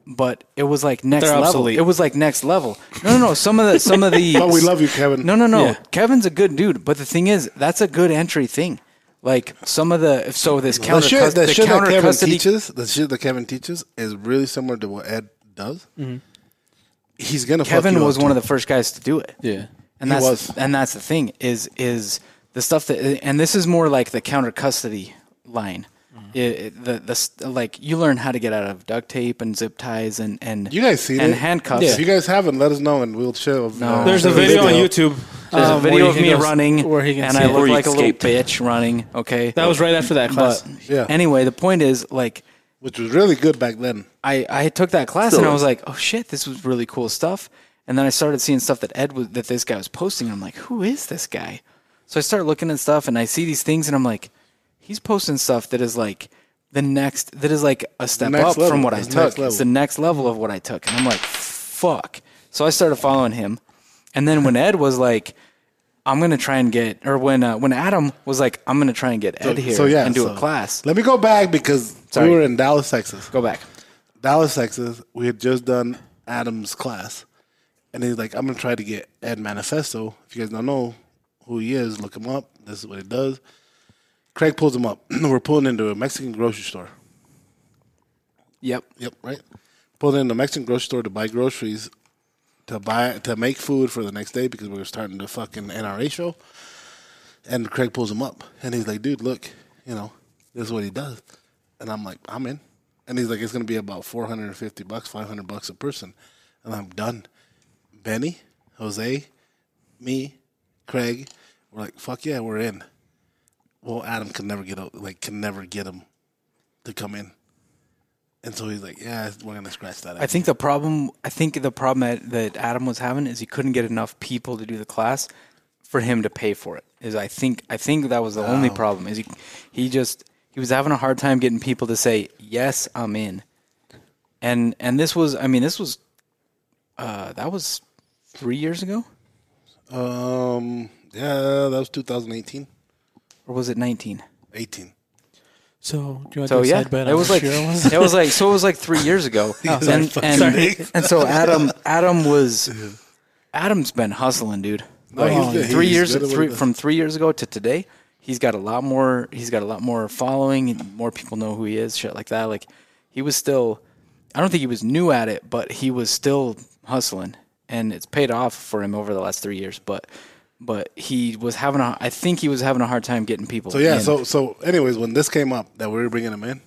But it was like next They're level. obsolete. It was like next level. No, no, no. Some of the some of the. But we love you, Kevin. No, no, no. Yeah. Kevin's a good dude, but the thing is, that's a good entry thing. Like some of the if so this the counter shit, cus- the the shit that counter Kevin custody teaches, the shit that Kevin teaches, is really similar to what Ed does. He's gonna. Mm-hmm. Kevin was one of the first guys to do it. Yeah. He and that's was. and that's the thing is is the stuff that and this is more like the counter custody line. Mm-hmm. It- it- the the s- like you learn how to get out of duct tape and zip ties and and You guys seen and it? handcuffs. If you guys haven't, let us know and we'll chill. No. There's a video on YouTube. There's a um, where video you of can me go- running, where he can and see I it. look you like escaped. a little bitch running. Okay, That was right after that class. but Yeah. anyway, the point is like which was really good back then. I, I took that class Still and I is. was like, oh shit, this was really cool stuff. And then I started seeing stuff that Ed was, that this guy was posting. And I'm like, who is this guy? So I start looking at stuff and I see these things and I'm like, he's posting stuff that is like the next, that is like a step next up level. from what I It's took. next It's the next level of what I took. And I'm like, fuck. So I started following him. And then when Ed was like, I'm gonna try and get, or when uh, when Adam was like, I'm gonna try and get Ed here and do so- a class. Let me go back because Sorry. we were in Dallas, Texas. Go back. Dallas, Texas. We had just done Adam's class, and he's like, "I'm gonna try to get Ed Manifesto. If you guys don't know who he is, look him up. This is what he does." Craig pulls him up. we're pulling into a Mexican grocery store. Yep. Yep, right. Pulled in the Mexican grocery store to buy groceries to buy to make food for the next day because we were starting the fucking NRA show. And Craig pulls him up and he's like, dude, look, you know, this is what he does. And I'm like, I'm in. And he's like, it's gonna be about four hundred and fifty bucks, five hundred bucks a person. And I'm done. Benny, Jose, me, Craig, we're like, fuck yeah, we're in. Well, Adam could never get out like can never get him to come in. And so he's like, yeah, we're gonna scratch that. I think the problem I think the problem that, that Adam was having is he couldn't get enough people to do the class for him to pay for it. Is I think I think that was the only problem is he he just he was having a hard time getting people to say yes, I'm in. And and this was I mean this was uh that was 3 years ago Um, yeah, that was 2018, or was it 19? 18. So, do you want So to yeah, side bet it on was like which year it was? it was like so it was like three years ago, and, and, and so Adam Adam was Adam's been hustling, dude. Oh, Like he's good. three He's years good at what three, he does. from three years ago to today, he's got a lot more. He's got a lot more following, and more people know who he is, shit like that. Like he was still, I don't think he was new at it, but he was still hustling, and it's paid off for him over the last three years. But but he was having a, I think he was having a hard time getting people. So yeah, in. so so anyways, when this came up that we were bringing him in,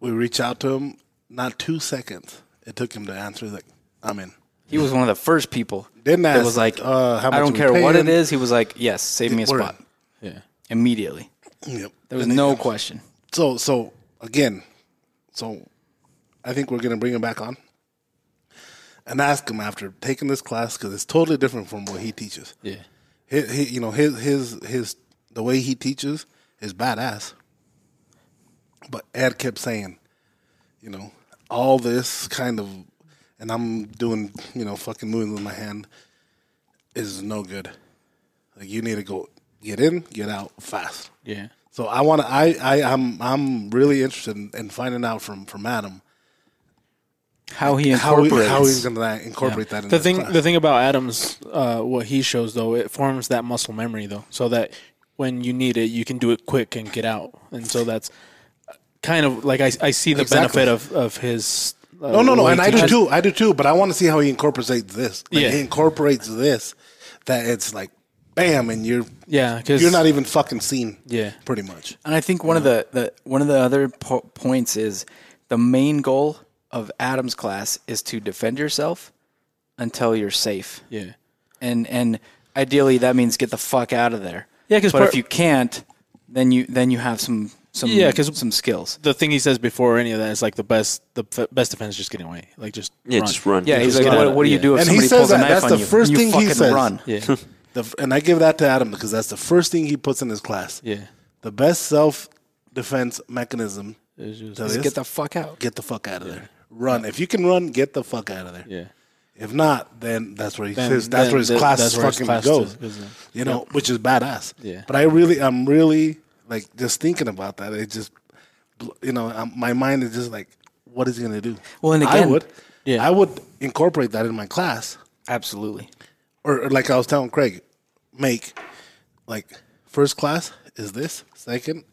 we reached out to him. Not two seconds it took him to answer. He's like, I'm in. He was one of the first people Didn't that ask, was like, uh, how I much don't we care what paying. it is. He was like, yes, save me a We're spot in. yeah. immediately. Yep. There was And he- no question. So so again, so I think we're gonna bring him back on and ask him after taking this class because it's totally different from what he teaches. Yeah. His, his, you know his his his the way he teaches is badass. But Ed kept saying, you know, all this kind of, and I'm doing you know fucking moving with my hand is no good. Like you need to go get in, get out fast. Yeah. So I want to. I, I I'm I'm really interested in, in finding out from from Adam How he how he, incorporates. how he's going to incorporate that. In The his thing, class. the thing about Adams, uh, what he shows though, it forms that muscle memory though, so that when you need it, you can do it quick and get out. And so that's kind of like I, I see the Exactly. benefit of of his. Uh, No, no, no, way and to I do teach. too. I do too. But I want to see how he incorporates this. Like, Yeah. he incorporates this that it's like, bam, and you're Yeah, because you're not e- even fucking seen. Yeah. pretty much. And I think one of the, the one of the other po- points is the main goal of Adam's class is to defend yourself until you're safe. Yeah, And and ideally that means get the fuck out of there. Yeah, 'cause but part- if you can't, then you then you have some some Yeah, 'cause- some skills. the thing he says before any of that is like the best, the f- best defense is just getting away, like just Yeah, run. just run. Yeah, he's just like, get what, out. what do you Yeah. do if And he somebody says pulls a that. knife That's on the you? first you thing he fucking says. run. Yeah, The, and I give that to Adam because that's the first thing he puts in his class. yeah, The best self defense mechanism It's just- to Just this, get the fuck out. get the fuck out of there. Run if you can run. Get the fuck out of there. yeah. If not, then that's where he Then- his, that's then where his th- class that's where his fucking class goes. is- is, uh, you know, which is badass. Yeah. But I really, I'm really like just thinking about that. It just, bl- you know, i my mind is just like, what is he gonna do? Well, and I again- would, Yeah. I would incorporate that in my class, Absolutely. or, or like I was telling Craig, make like first class is this, second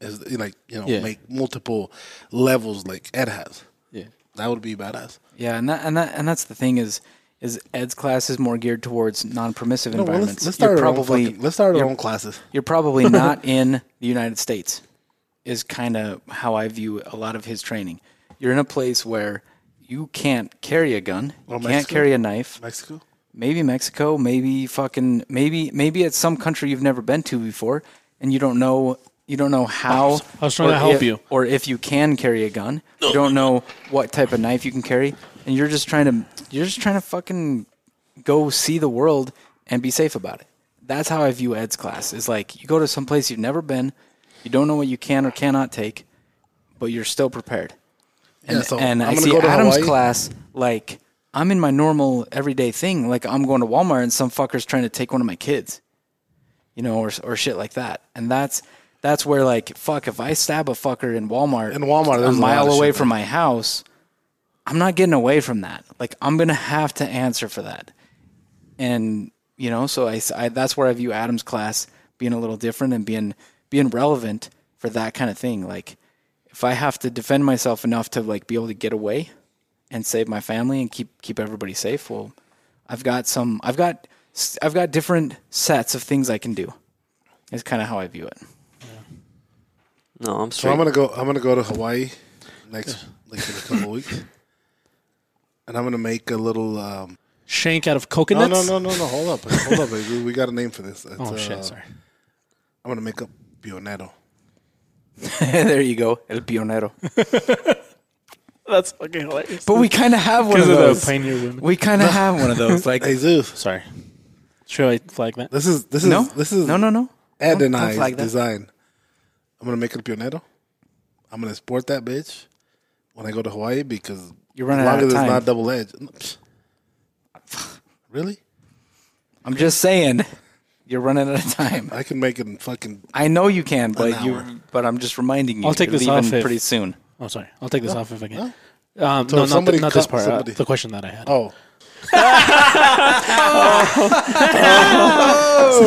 is like you know, Yeah. make multiple levels like Ed has. Yeah. That would be badass. Yeah, and that and that and that's the thing is is Ed's class is more geared towards non-permissive No, Oh, well, environments. let's, let's start you're our own probably fucking- let's start our you're- own classes. You're probably not in the United States. Is kind of how I view a lot of his training. You're in a place where you can't carry a gun, you can't Mexico. carry a knife. Mexico. Maybe Mexico, maybe fucking maybe maybe it's some country you've never been to before and you don't know you don't know how I was trying or to help if- you. or if you can carry a gun. You don't know what type of knife you can carry, and you're just trying to you're just trying to fucking go see the world and be safe about it. That's how I view Ed's class. Is like you go to some place you've never been, you don't know what you can or cannot take, but you're still prepared. And, Yeah, so and I'm I gonna see go to Adam's Hawaii. class like I'm in my normal everyday thing. Like I'm going to Walmart and some fucker's trying to take one of my kids you know, or or shit like that. And that's that's where like fuck, if I stab a fucker in Walmart, In Walmart, a there's a lot mile of away shit from my house, I'm not getting away from that. Like I'm gonna have to answer for that. And you know, so I, s- I- that's where I view Adam's class being a little different and being being relevant for that kind of thing. Like if I have to defend myself enough to like be able to get away and save my family and keep keep everybody safe, well, I've got some I've got s- I've got different sets of things I can do. Is kind of how I view it. No, I'm So straight. I'm gonna go. I'm gonna go to Hawaii next, like in a couple weeks, and I'm gonna make a little. Um, Shank out of no, coconuts. no, no, no, no. Hold up, hold up. We, we got a name for this. It's, Oh uh, shit! Sorry. I'm gonna make up pionero. there you go, el pionero. That's fucking hilarious. But we kind of have one of Because of the those. pioneer women. We kind of have one of those. Like Hey Zeus, Sorry. Should I flag that? this is this is no, this is no, no, no. Ed and Don't I's flag that. design. I'm gonna make it a pionero. I'm gonna sport that bitch when I go to Hawaii because You're as running long out of as time. it's not double edged. Psh. Really? I'm just saying, you're running out of time. I can make it in fucking I know you can, but An you. hour. But I'm just reminding you. I'll take you're this leaving off if- pretty soon. Oh, sorry. I'll take this off if I can. Um, So no, if not, somebody the, not this cut part. uh, somebody- the question that I had. oh.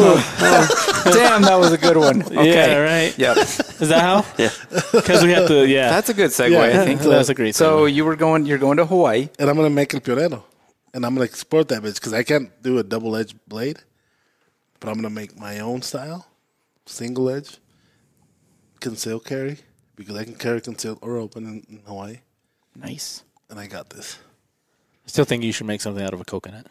Damn, that was a good one. Okay. Yeah, right. Yep. Is that how? yeah. Because we have to. Yeah. That's a good segue. Yeah, I think. that was a great So you were going. You're going to Hawaii. and I'm gonna make it pionero, and I'm gonna export that bitch because I can't do a double edged blade, but I'm gonna make my own style, single edge, conceal carry because I can carry concealed or open in, in Hawaii, Nice. and I got this. I still think you should make something out of a coconut.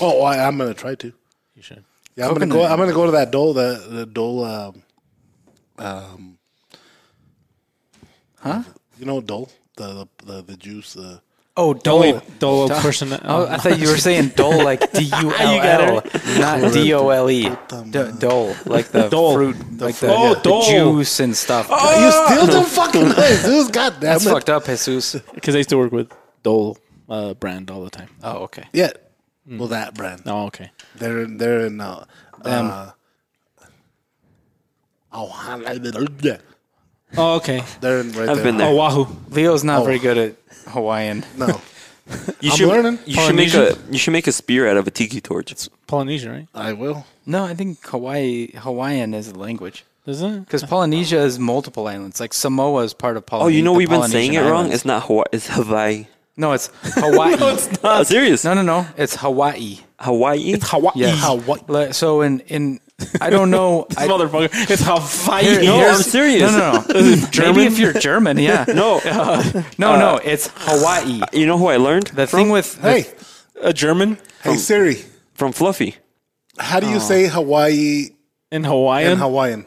Oh, I, I'm gonna try to. You should. Yeah, I'm gonna go. Coconut. I'm gonna go to that dole. The the dole. Um, um, huh? You know dole the the the, the juice. The Oh, Dole. Dole. Dole person. Oh, I thought you were saying Dole like D U L L, got not D O L E. D- Dole, like the Dole. fruit, like the, Oh, the Dole. juice and stuff. you still don't fucking know. Zeus, God damn Oh, That's it. fucked up, Jesus. Because I used to work with Dole uh, brand all the time. Oh, okay. Yeah. Well, that brand. Oh, okay. They're they're in uh, uh Ohana. Oh, okay. Oh, They're in right I've there. been there. Oahu. Leo's not Oh. very good at Hawaiian. No, You Oh, I'm should learning. You should make a Polynesian. you should make a spear out of a tiki torch. Polynesia, right? I will. No, I think Hawaii Hawaiian is the language Isn't it? because Polynesia is multiple islands. Like Samoa is part of Polynesia. Oh, you know we've been saying it wrong. It's not Hawaii. It's Hawaii. no, it's Hawaii. no, Uh, serious. no, no, It's Hawaii. Hawaii. Hawaii. Yes. Like, So in in I don't know. I, Motherfucker. It's Hawaii. here- No, here's- I'm serious. No, no, no. Maybe if you're German, yeah. Uh, No. no, no. It's Hawaii. You know who I learned The thing with Hey, the- A German hey Siri, from Fluffy. how do you say Hawaii in Hawaiian. in Hawaiian?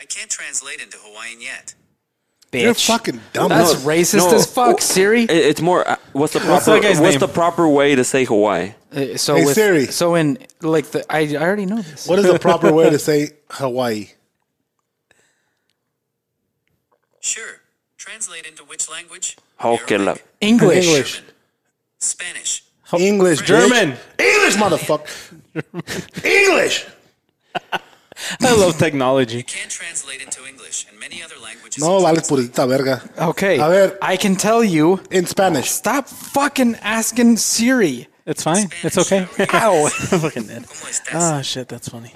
I can't translate into Hawaiian yet. You're bitch. fucking dumb. That's No, racist no. as fuck, Siri. It- it's more. Uh, what's the What's that proper? guy's What's, name? the proper way to say Hawaii? Uh, so Hey, with, Siri. So in like the I, I already know this. What is the proper way to say Hawaii? Sure. Translate into which language? Hokela. Arabic, English. English. Spanish. English. German. bitch. English, motherfucker. English. I love technology. Can't translate into English and many other languages. No vales purita verga. Okay. A ver. I can tell you. In Spanish. Stop fucking asking Siri. It's fine. It's okay. Spanish. Ow. Fucking Ned. Como estas? Ah, shit. That's funny.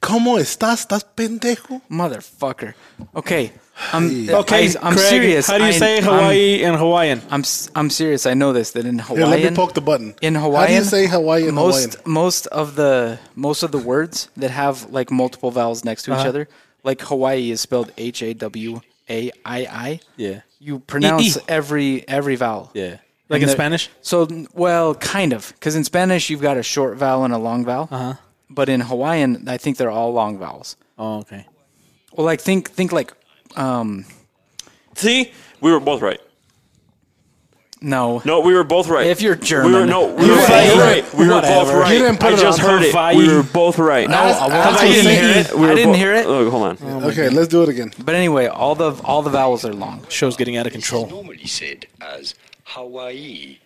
¿Cómo estás? ¿Estás pendejo? Motherfucker. Okay. I'm, Okay, I, am Craig, serious. How do you I- say I'm- Hawaii in Hawaiian? I'm, s- I'm serious. I know this. That in Here, Hawaiian. let me poke the button. In Hawaiian, How do you say Hawaii in most, Hawaiian? Most of the most of the words that have like multiple vowels next to each Uh-huh. other, like Hawaii is spelled H A W A I I. Yeah. You pronounce E-E. every every vowel. Yeah. Like in the- Spanish? So well, kind of, because in Spanish you've got a short vowel and a long vowel. Uh-huh. But in Hawaiian, I think they're all long vowels. Oh, okay. Well, like think think like um See, we were both right. no. No, we were both right. If you're we German. were no, we were both Whatever. right. We were both Whatever. right. You didn't put I it just on heard Hawaii. it. We were both right. No, I, that's I what didn't I'm hear saying. it. I didn't hear it. Look, hold on. Okay, let's do it again. But anyway, all the all the vowels are long. Show's getting out of It's control. normally said as Hawaii,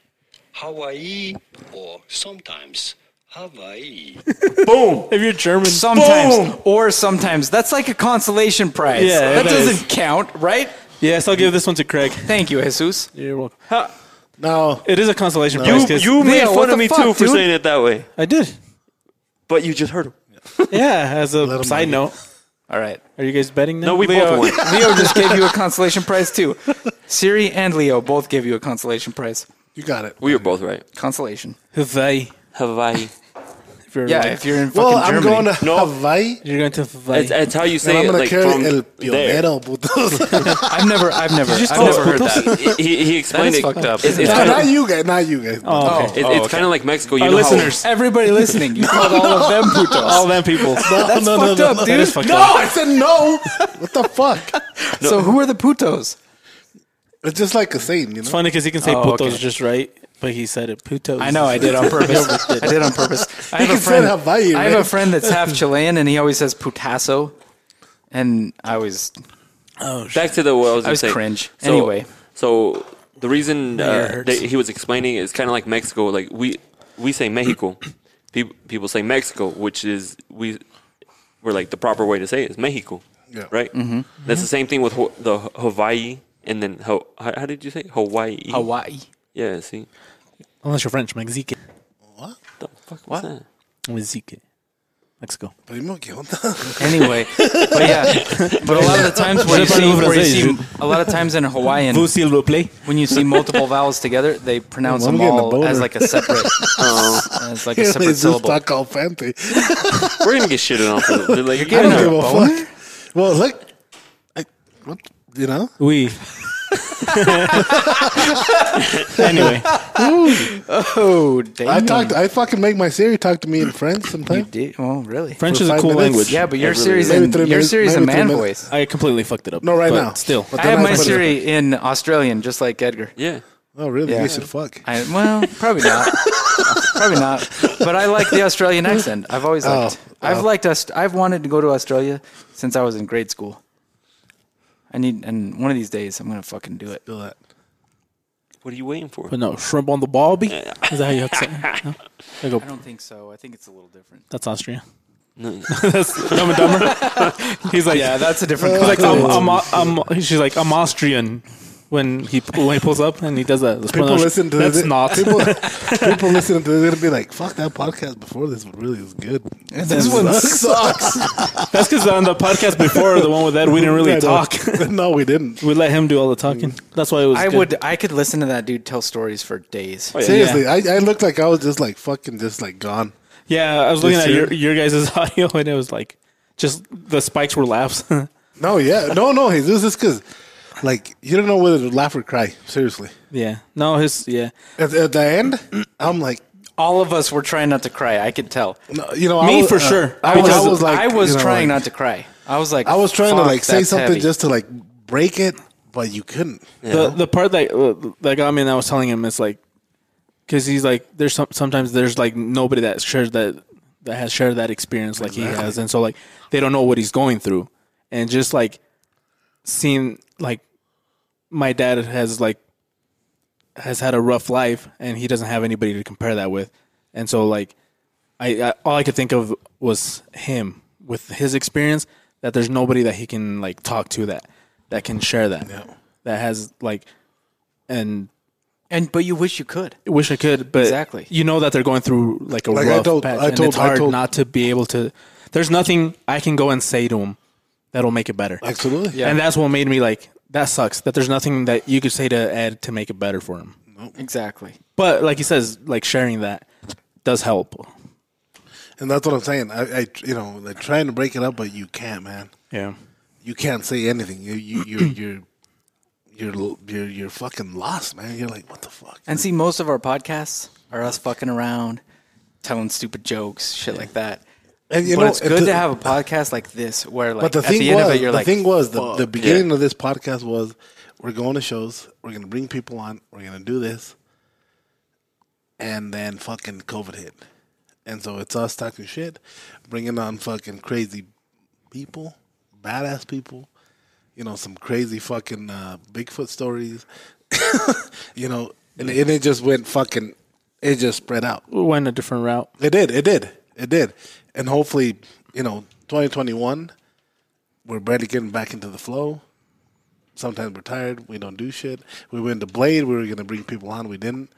Hawaii, or sometimes Hawaii. If you're German, Sometimes or sometimes. That's like a consolation prize. Yeah, that it is. doesn't count, right? Yes, I'll give this one to Craig. Thank you, Jesus. You're welcome. Now, It is a consolation prize. 'cause- You made Leo, what fun the of me fuck, too for dude? saying it that way, I did. but you just heard him. Yeah. As a him side argue. note, All right. are you guys betting now? No, we Leo, both won. Leo just gave you a consolation prize too. Siri and Leo both gave you a consolation prize. you got it. We were both right. Consolation. Hawaii. Hawaii. If you're Yeah, like- if you're in fucking Well, I'm Germany. going to No. Hawaii. you're going to Hawaii. It's, it's how you And say I'm it, gonna like carry from el there. pionero, putos. I've never, I've never, I've call never us heard putos? that. He, he explained is it. fucked up. It's, it's no, Yeah. kind of, not you guys, not you guys. oh, okay. it's, kind of like Mexico. You Our know listeners, Everybody listening, you called all of them putos. all them people. That's no, no, fucked no, up, no. dude. That is fucked No, up. I said no. what the fuck? So who are the putos? It's just like a saying, you know. Funny because he can say Oh, putos okay. just right, but he said it putos. I know I did on purpose. I did on purpose. I You have a can say friend. Hawaii, I have a right? friend that's half Chilean, and he always says putazo, and I always back to the what I was, I was gonna say. cringe. So- Anyway. so the reason uh, hurts. that he was explaining is kind of like Mexico. Like we we say Mexico, people people say Mexico, which is we we're like the proper way to say it is Mexico, Yeah. right? Mm-hmm. That's the same thing with Ho- the Ho- Hawaii and then Ho- how, how did you say Hawaii? Hawaii. Yeah, see Unless you're French, Mexican. the fuck was that? Mexican. Mexico. Primo, ¿qué onda? Anyway, but yeah, but a lot of the times where you Je see, parle where you français, see a lot of times in Hawaiian, Vous, s'il vous plaît. when you see multiple vowels together, they pronounce Ooh, I'm them getting a all as boner. like a separate, as like a It's separate just syllable. stuck on Fante. We're gonna get shitted on. For this. They're like, you're I getting don't give a a- fuck. Well, look, I, what you know? Oui. anyway, Oh, damn! I talk. To, I fucking make my Siri talk to me in French sometimes. Did- Oh, really? French For is a five cool minutes? language. Yeah, but your Every- series maybe in three your minutes- series in maybe three man minutes. voice. I completely fucked it up. No, right but now. Still. But I have then my put it- Siri in Australian, just like Edgar. Yeah, Oh, really? Yeah. You should fuck. I, well, probably not. probably not. But I like the Australian accent. I've always liked. I've liked us. I've wanted to go to Australia since I was in grade school. I need, and one of these days I'm gonna fucking do it. Do that. What are you waiting for? But no, shrimp on the bobby. Is that how you say? it? No? They go, I don't think so. I think it's a little different. that's Austria. No. that's Dumb and Dumber. He's like, yeah, that's a different. he's like, I'm, I'm, I'm, she's like, I'm Austrian. When he when he pulls up and he does that, Let's put People on- listen to that's this. not. People, people listen to this. They're gonna be like, "Fuck that podcast before this one really was good." this one sucks. That's because on the podcast before the one with Ed, we didn't really Yeah, no. talk. no, we didn't. We let him do all the talking. That's why it was. I good. would. I could listen to that dude tell stories for Oh, days. Seriously, I, I looked like I was just like fucking just like gone. Yeah, I was looking This at year? your your guys' audio and it was like just the spikes were laughs. No, yeah, no, no. Hey, this is because like you don't know whether to laugh or cry. Seriously, yeah. No, his yeah. at, at the end, I'm like, All of us were trying not to cry. I could tell. no, you know, I Me was- for uh, sure. I was, Because I was like, I was you know, trying like, not to cry. I was like, I was trying to "Fuck, like say that's something heavy." just to like break it, but you couldn't. The the part that uh, that got me and I was telling him is like because he's like there's some sometimes there's like nobody that shares that that has shared that experience like he has and so like they don't know what he's going through and just like seeing like my dad has like has had a rough life and he doesn't have anybody to compare that with and so like I, I all I could think of was him with his experience that there's nobody that he can like talk to that that can share that that has like and and but you wish you could. wish I could, but Exactly. you know that they're going through like a Like, I rough told- patch, I and told- it's I hard told- not to be able to. There's nothing I can go and say to them that'll make it better, Absolutely. and that's what made me like that sucks. That there's nothing that you could say to Ed to make it better for him. Exactly. But like he says, like sharing that does help. And that's what I'm saying. I, I you know, like trying to break it up, but you can't, man. Yeah, You can't say anything. You, you, you're, you're, you're, l- you're, you're fucking lost, man. You're like, what the fuck? And see, most of our podcasts are us fucking around, telling stupid jokes, shit like that. And but it's and good to have a podcast like this where, like, But the at thing the end was, of it, you're the like, thing was, the, the beginning of this podcast was, we're going to shows, we're gonna bring people on, we're gonna do this, and then fucking COVID hit, and so it's us talking shit, bringing on fucking crazy people, badass people, you know, some crazy fucking uh, Bigfoot stories, you know, and, and it just went fucking, it just spread out. went a different route. It did. It did. It did. And hopefully, you know, 2021, we're barely getting back into the flow. Sometimes we're tired. We don't do shit. We went to Blade. We were going to bring people on. We didn't.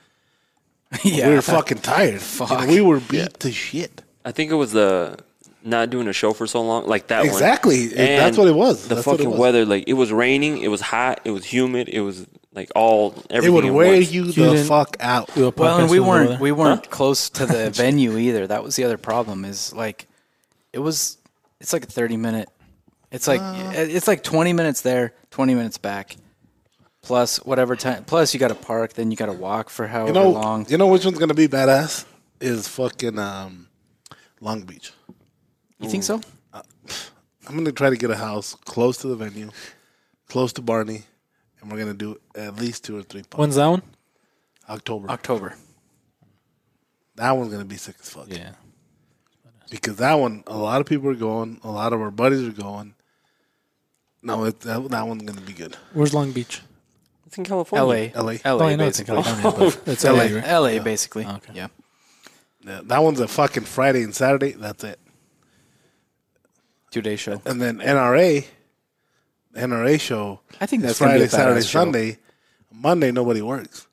yeah, We were fucking tired. You know, we were beat to shit. I think it was the not doing a show for so long, like that one. Exactly. It- that's what it was. The That's what it fucking was. weather, like it was raining, it was hot, it was humid, it was like all It everything. would at wear once. you the didn't- fuck out. Do a Well, and podcast we over weren't there. we weren't close to the venue either. That was the other problem. Is like, it was. It's like a thirty minute. It's like Uh. it's like twenty minutes there, twenty minutes back, plus whatever time. Plus you got to park, then you got to walk for however You know, long. you know which one's going to be badass? Is fucking um, Long Beach. You think so? I'm gonna try to get a house close to the venue, close to Barney, and we're gonna do at least two or three. podcasts. When's that one? October. October. that one's gonna be sick as fuck. Yeah. Because that one, a lot of people are going. A lot of our buddies are going. No, it, that, that one's gonna be good. Where's Long Beach? It's in California. L.A. LA. Oh, L.A. I know it's in basically. California. but it's LA, right? L.A. basically. Okay. Yeah. Yeah, that one's a fucking Friday and Saturday. That's it. Two day show. And then NRA, NRA show. I think is that's gonna be Friday, a Saturday, badass show. Sunday. Monday nobody works,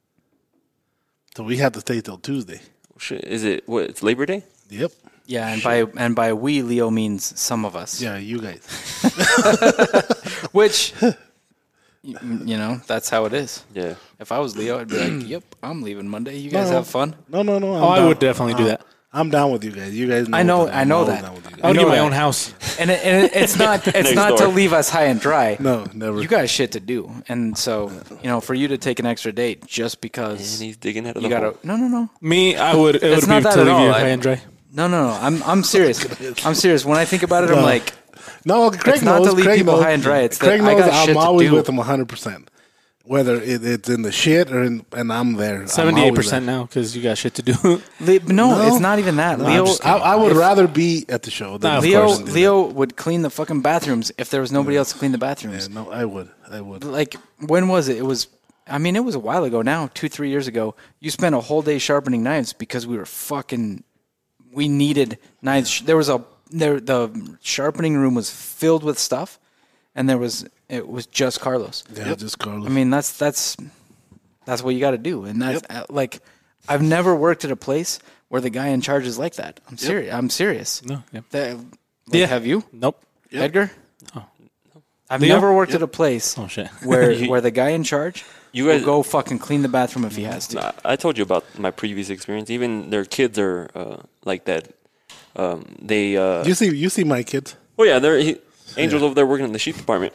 so we have to stay till Tuesday. Oh, Shit, Is it what? It's Labor Day. Yep. Yeah, and by and by we Leo means some of us. Yeah, you guys. Which, y- you know, that's how it is. Yeah. If I was Leo, I'd be like, "Yep, I'm leaving Monday. You guys have fun." No, no, no. I'm Oh, I down. would definitely do that. I'm down with you guys. You guys. Know I know- that. I I'm know always that. down with you guys. I would know get my that. own house. And it, and it, it's not it's not to door. leave us high and dry. No, never. You got shit to do, and so you know, for you to take an extra date just because And he's digging out of you the got hole. to no no no Me, I would. It It's would not be that to at leave you all. high I- and dry. no no no. I'm I'm serious. I'm serious. When I think about it, I'm like, No, Craig not knows. to leave Craig people knows, high and dry. It's that Craig I knows got I'm shit to always do. with him 100. percent Whether it, it's in the shit or in, and I'm there. I'm always Seventy-eight percent there. now because you got shit to do. Le- no, No. it's not even that. No, I'm Leo, just- I, I would rather be at the show than Nah, of Leo, course. Leo would clean the fucking bathrooms if there was nobody else to clean the bathrooms. Yeah, no, I would. I would. like when was it? It was I mean, it was a while ago now, two, three years ago. You spent a whole day sharpening knives because we were fucking. We needed knives. There was a there. The sharpening room was filled with stuff, and there was it was just Carlos. Yeah, just Carlos. I mean, that's that's that's what you got to do, and that's uh, like I've never worked at a place where the guy in charge is like that. I'm serious. I'm serious. No, yeah. That- like, Yeah. Have you, Nope. Edgar? I've Leo? never worked at a place Oh shit. where where the guy in charge You will guys- go fucking clean the bathroom if he has to. I- I told you about my previous experience. Even their kids are uh, like that. Um, they uh, you see, you see my kids. oh yeah, they're he, Angel's over there working in the sheep department,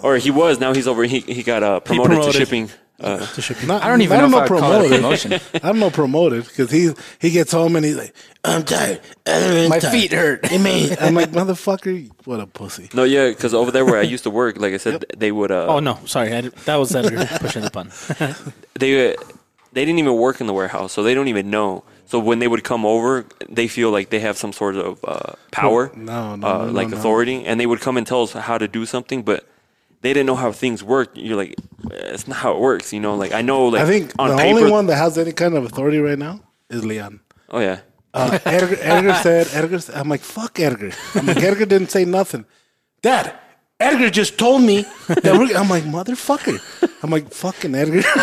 or he was. Now he's over. He he got uh, promoted, promoted. to shipping. Uh, Not, I don't even know, if I would call it a promotion. I'm no promoted because he he gets home and he's like, I'm tired. My feet hurt. I mean, I'm like, motherfucker, what a pussy. no, yeah, because over there where I used to work, like I said, they would. Uh, Oh no, sorry. I, didn't- that was Edgar pushing the button. they uh, they didn't even work in the warehouse, so they don't even know. So when they would come over, they feel like they have some sort of uh, power, No, no, uh, no, like no, no. authority, and they would come and tell us how to do something, but they didn't know how things work. You're like, it's not how it works, you know. Like I know, like I think on the paper, only one that has any kind of authority right now is Leon. oh yeah, Uh, Edgar, Edgar said, Edgar, said- I'm like, fuck Edgar. I'm like, Edgar didn't say nothing. Dad, Edgar just told me that we're, I'm like, motherfucker. I'm like, fucking Edgar.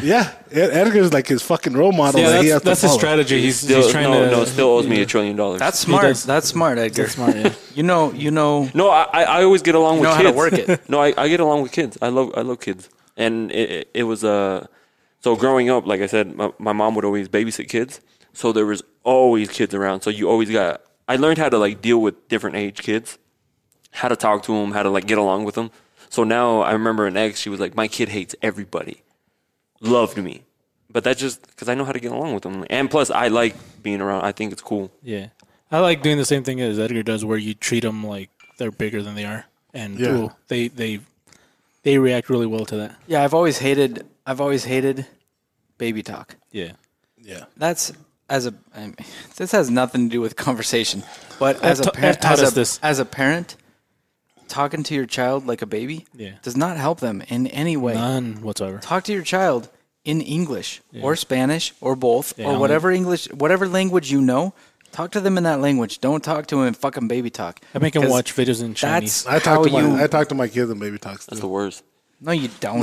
yeah, Ed- Edgar's like his fucking role model. Yeah, that he has that's, that's to his follow. strategy. He's, still, he's trying no, to. no, still owes me a trillion dollars. That's smart. does. That's smart, Edgar. smart. Yeah. You know, you know. no, I, I I always get along with know how to kids. work it. no, I, I get along with kids. I love I love kids, and it, it, it was uh, so growing up, like I said, my, my mom would always babysit kids, so there was always kids around. So you always got. I learned how to like deal with different age kids, how to talk to them, how to like get along with them. So now I remember an ex. She was like, "My kid hates everybody, loved me." But that's just because I know how to get along with them, and plus I like being around. I think it's cool. Yeah, I like doing the same thing as Edgar does, where you treat them like they're bigger than they are, and Yeah. ooh, they they they react really well to that. Yeah, I've always hated. I've always hated baby talk. Yeah, That's as a. I mean, this has nothing to do with conversation, but as a ta- I've parent, taught as us a, this. as a parent, talking to your child like a baby Yeah. does not help them in any way. none whatsoever. talk to your child in English or Spanish or both or only- whatever English, whatever language you know. Talk to them in that language. Don't talk to them in fucking baby talk. I make him 'Cause watch videos in Chinese. That's I how talk to my you. I talk to my kids and baby talks. That's too. the worst. no, you don't.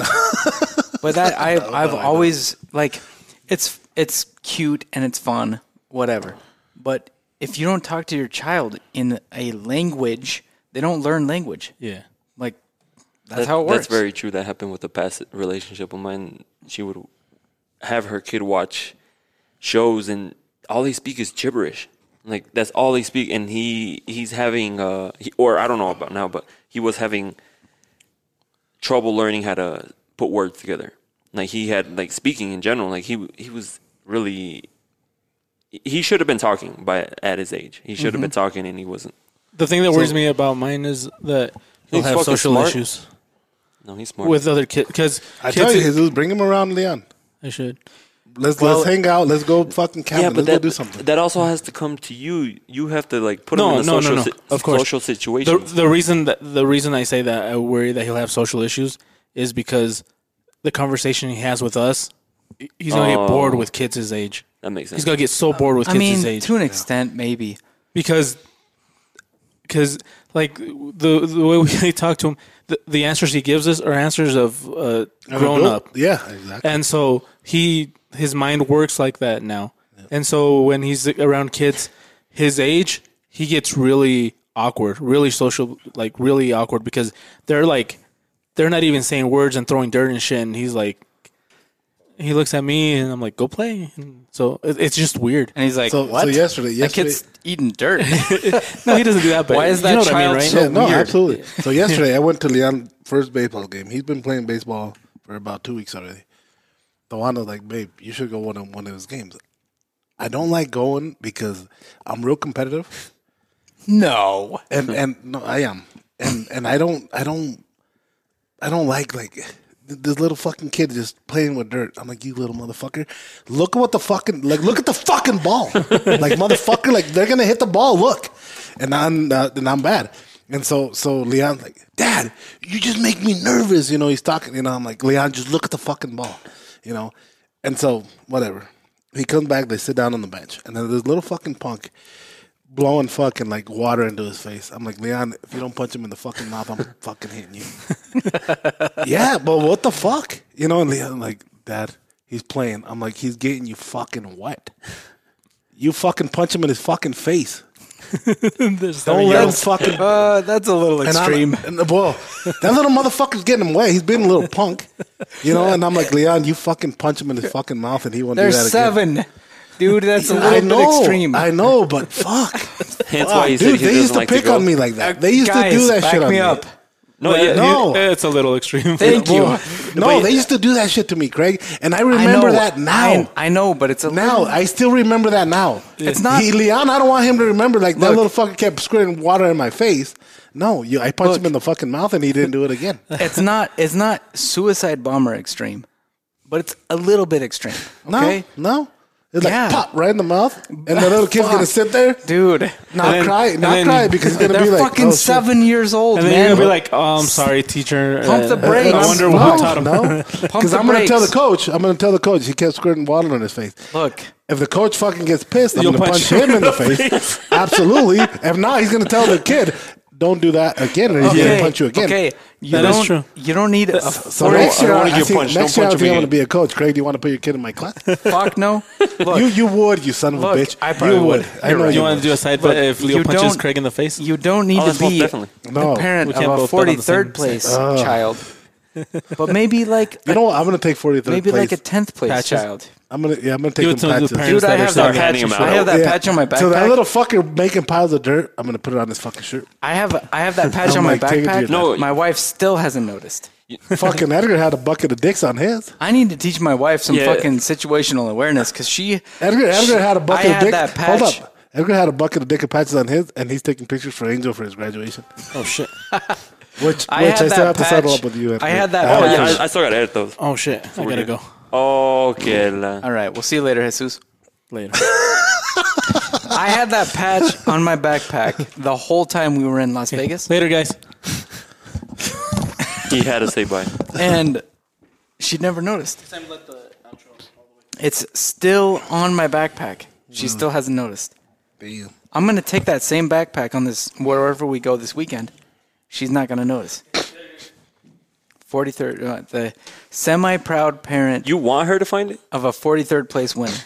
but that I, I've always like. It's it's cute and it's fun, whatever. But if you don't talk to your child in a language, they don't learn language. Yeah, Like that's how it works. That's very true. That happened with a past relationship of mine. She would have her kid watch shows, and all they speak is gibberish. Like that's all they speak, and he he's having uh, he, or I don't know about now, but he was having trouble learning how to put words together. Like he had like speaking in general. Like he he was really he should have been talking by at his age. He should have Mm-hmm. been talking, and he wasn't. the thing that worries me about mine is that he'll He's have fucking social smart. issues No, he's smart. with other kids. Because I tell you, Jesus, bring him around, Leon. I should. Let's Well- let's hang out. Let's go fucking camping. yeah, but let's that, go do something. that also has to come to you. You have to like put No, them in a no, no, social, no. si- Of course. social the, situation. the reason that the reason I say that I worry that he'll have social issues is because the conversation he has with us, he- he's gonna Oh. get bored with kids his age. that makes sense. He's gonna get so bored with I kids his mean, age to an extent, maybe. because because like the the way we talk to him, the, the answers he gives us are answers of uh, An grown adult- up Yeah, exactly. and so he his mind works like that now and so when he's around kids his age he gets really awkward really social like really awkward because they're like they're not even saying words and throwing dirt and shit and he's like he looks at me and i'm like go play and so it, it's just weird And he's like, So- so "What? yesterday- that yesterday- kid's eating dirt." no he doesn't do that but Why is that you know what I mean, child right? so Yeah, no, weird. absolutely. So yesterday I went to Leon's first baseball game. He's been playing baseball for about two weeks already. So Wanda's like, babe, you should go one on one of his games. I don't like going because I'm real competitive. no. And and no, I am. And and I don't I don't I don't like like th- this little fucking kid just playing with dirt. I'm like, you little motherfucker. Look at what the fucking like. Look at the fucking ball. like motherfucker. Like they're gonna hit the ball. Look, and I'm uh, and I'm bad. And so, so Leon's like, Dad, you just make me nervous. You know, he's talking. You know, I'm like, Leon, just look at the fucking ball. You know, and so whatever. He comes back. They sit down on the bench, and then this little fucking punk blowing fucking like water into his face. I'm like, Leon, if you don't punch him in the fucking mouth, I'm fucking hitting you. yeah, but what the fuck? You know, and Leon, like, Dad, he's playing. I'm like, he's getting you fucking wet. You fucking punch him in his fucking face. Don't let him fucking Uh, that's a little and I'm- extreme. And the ball. That little motherfucker's getting him away. He's being a little punk. You know, and I'm like, Leon, you fucking punch him in his fucking mouth and he won't There's do that again. seven. Dude, that's I a little know, bit extreme. I know, but fuck. Fuck, Hence why he said dude, they he doesn't used to like pick to go. on me like that. They used Guys, to do that back shit on me me. up. No, yeah, No. it's a little extreme. Thank you. Well, no, they used to do that shit to me, Craig. And I remember I know, that now. I, I know, but it's a now I still remember that now. It's not- he, Leon. I don't want him to remember like that Look. little fucker kept squirting water in my face. No, you, I punched Look. him in the fucking mouth and he didn't do it again. it's not it's not suicide bomber extreme, but it's a little bit extreme. No, Okay, no. It's like Yeah. pop right in the mouth, and the little kid's gonna Fuck. sit there, dude. not then- cry, and not then- cry because he's gonna They're be like fucking oh, shit. seven years old, And then man. you're gonna be like, "Oh, I'm sorry, teacher." Pump the Uh, brakes. I wonder what no, taught him. Because the I'm gonna tell the brakes. coach. I'm gonna tell the coach. He kept squirting water on his face. "Oh, Look, If the coach fucking gets pissed, I'm You'll gonna punch, punch him in the face. Absolutely. If not, he's gonna tell the kid, "Don't do that again," and he's gonna punch you again. Okay, you That is don't. true. You don't need a So four- next year, I don't wanna I get think, punched. next Don't year I punch think him I'm gonna be again. a coach. Craig, do you want to put your kid in my class? fuck no. Look, you you would, you son of a Look, bitch. I probably you would. I You're know right. You you want to would. do a side But bet if Leo you punches don't- Craig in the face? you don't need Oh, that's to most be definitely. No. Ah. the parent We can't of a both bet on the same- 43rd place child. But maybe like You know what? I'm gonna take 43rd maybe place. like a 10th place Patches. child. I'm gonna yeah, I'm gonna Give take it to them the patches. parents. Dude, I that are have starting that to handing patch. them I out. have that Yeah. patch on my backpack. So that little fucker making piles of dirt. I'm gonna put it on his fucking shirt. I have I have that patch I'm on my like, take it to your backpack. No. my wife still hasn't noticed. fucking Edgar had a bucket of dicks on his. I need to teach my wife some Yeah. fucking situational awareness because she Edgar Edgar had a bucket I of had dicks. that patch. Hold up. Edgar had a bucket of dick of patches on his, and he's taking pictures for Angel for his graduation. Oh shit! Which I which had I still that have to settle patch. up with you. Edgar. I had that have Oh, a patch. yeah, picture. I, I still gotta edit those. Oh shit! I gotta go Okay, la. All right, we'll see you later, Jesus. later. I had that patch on my backpack the whole time we were in Las Vegas, Later, guys. he had to say bye. and she'd never noticed. It's still on my backpack. She still hasn't noticed. I'm gonna take that same backpack on this wherever we go this weekend. She's not gonna notice. Forty third, uh, the semi proud parent You want her to find it? of a forty third place winner.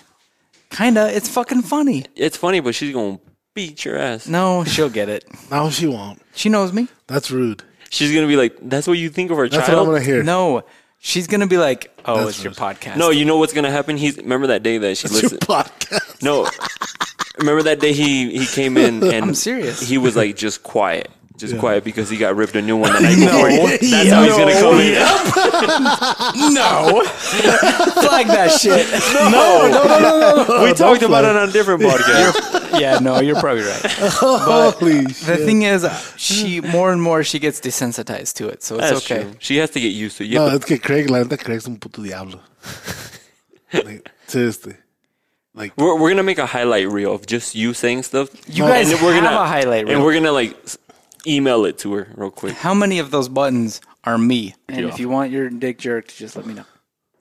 Kinda, it's fucking funny. It's funny, but she's gonna beat your ass. No, she'll get it. No, she won't. She knows me. That's rude. She's gonna be like, "That's what you think of our That's what I'm child." gonna hear. No, she's gonna be like, "Oh, That's it's your what- podcast." no, you know what's gonna happen? He's remember that day that she It's your listened. podcast. No, remember that day he he came in and I'm serious. He was like just quiet, just quiet because he got ripped a new one the night before. That's Yeah. how he's gonna come in. no, flag that shit. No, no, no, no, no. Oh, We talked about it on a different podcast. yeah, no, you're probably right. Holy The shit. thing is, uh, she more and more she gets desensitized to it, so it's That's okay. true. She has to get used to. it. You No, have es que Craig, la neta, Craig's un puto diablo. like, seriously. to- we're, we're gonna make a highlight reel of just you saying stuff. You guys and we're have gonna a highlight reel. and we're gonna like s- email it to her real quick. How many of those buttons are me? And if you want your dick jerked, just let me know.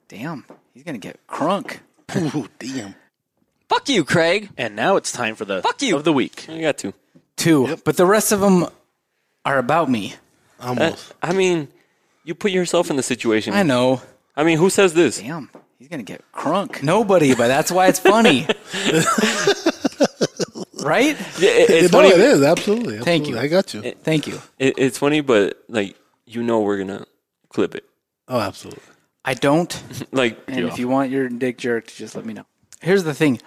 Damn, he's gonna get crunk. Ooh, damn. Fuck you, Craig. And now Oh, it's time for the Fuck you. of the week. I got to. Two, but the rest of them are about me. Almost. I mean, you put yourself in the situation. I know. I mean, who says this? Damn, he's gonna get crunk. Nobody, but that's why it's funny, right? Yeah, it- it's no, funny. it eh? is. Absolutely. Thank absolutely. you. I got you. Thank you. It, it's funny, but like you know, we're gonna clip it. oh, absolutely. I don't. Like And if you want your dick jerked, just let me know. Here's the thing,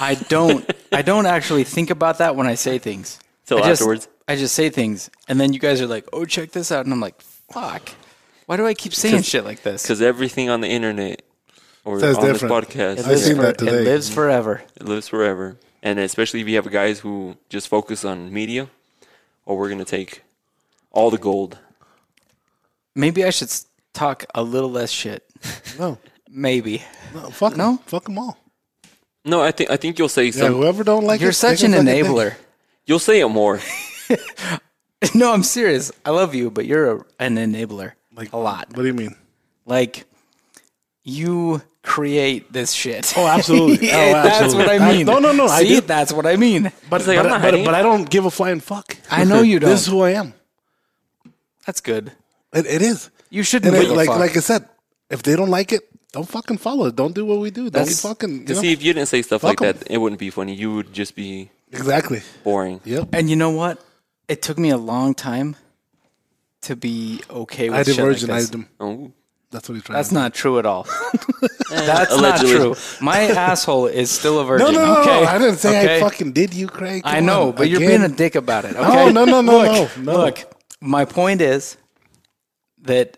I don't. I don't actually think about that when I say things. till I just, afterwards. I just say things, and then you guys are like, "Oh, check this out," and I'm like, "Fuck, why do I keep saying shit like this?" because everything on the internet or Says on different. I this podcast seen that It today. lives forever. it lives forever, and especially if you have guys who just focus on media, or we're gonna take all the gold. Maybe I should s- talk a little less shit. No. Maybe No, fuck no. No? Fuck them all. No, I think I think you'll say Yeah, some. whoever don't like you're it, such they an can fucking take it. enabler. You'll say it more. no, I'm serious. I love you, but you're a, an enabler Like a lot. What do you mean? Like you create this shit. Oh, absolutely. Yeah, Oh, that's what I mean. no, no, no. See, I do. that's what I mean. But, like, but, I'm not but, hiding but it. I don't give a flying fuck. I know you don't. This is who I am. That's good. It, it is. You shouldn't And it- give like a fuck. like I said, if they don't like it, don't fucking follow it. Don't do what we do. Don't That's- fucking you Because know? see, if you didn't say stuff like Fuck 'em. that, it wouldn't be funny. You would just be exactly. boring. Yep. and you know what? It took me a long time to be okay with I shit like this. divergenized him. Oh, That's what he tried. That's to do. not true at all. That's allegedly. not true. My asshole is still a virgin. No, no, no, okay? no. I didn't say Okay? I fucking did you, Craig. I Come know, on, but you're again. being a dick about it. Okay? No, no, no, no, look, no, no. Look, my point is that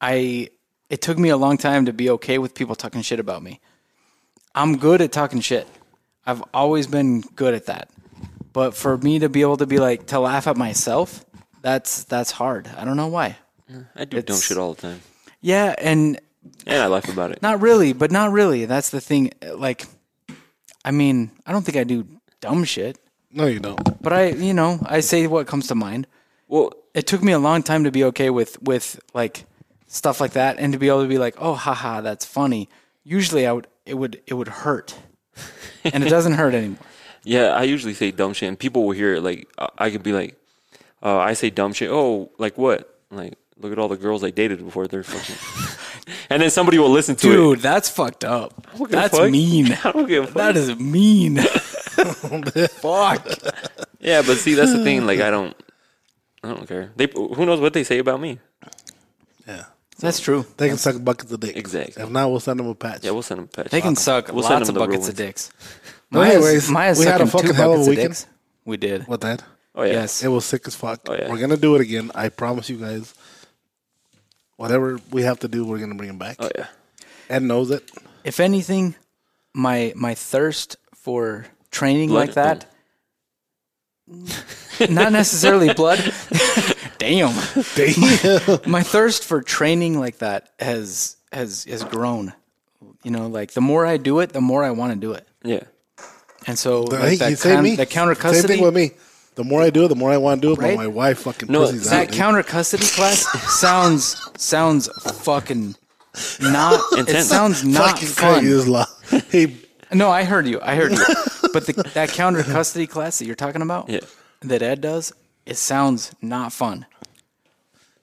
I it took me a long time to be okay with people talking shit about me. I'm good at talking shit. I've always been good at that. But for me to be able to be like to laugh at myself, that's that's hard. I don't know why. I do dumb It's- shit all the time, Yeah, and and I laugh about it. not really, but not really. That's the thing. Like, I mean, I don't think I do dumb shit, No, you don't. but I, you know, I say what comes to mind. Well, It took me a long time to be okay with with like stuff like that, and to be able to be like, oh, haha, that's funny. Usually, I would it would it would hurt, and it doesn't hurt anymore. yeah, I usually say dumb shit, and people will hear it. Like I, I could be like, uh, I say dumb shit. Oh, like what? Like look at all the girls I dated before. They're fucking. and then somebody will listen to it. Dude, that's fucked up. give a That's fuck. mean. I don't give a fuck. That is mean. fuck. Yeah, but see, that's the thing. Like I don't, I don't care. They who knows what they say about me. Yeah. That's true. They can suck buckets of dick. Exactly. If not, we'll send them a patch. Yeah, we'll send them. Patch. They can suck We'll send lots them of the real buckets of ones. dicks. But anyways, Maya's we had a sucking fucking two hell of a buckets weekend. dicks. We did. What that? Oh yeah. Yes. It was sick as fuck. Oh, yeah. We're gonna do it again. I promise you guys. Whatever we have to do, we're gonna bring him back. Oh yeah. Ed knows it. if anything, my my thirst for training like Blood. that, not necessarily blood. Damn, Damn. my thirst for training like that has has has grown. You know, like the more I do it, the more I want to do it, Yeah. and so hey, like you that, say coun- me. that counter Same custody. thing with me. The more I do it, the more I want to do it. Right? But my wife fucking No, pussies That out. counter custody class sounds sounds fucking not. Intense. It sounds not fucking fun. Craig is lo- He No, I heard you. I heard you. but the, that counter custody class that you're talking about, Yeah. that Ed does, it sounds not fun.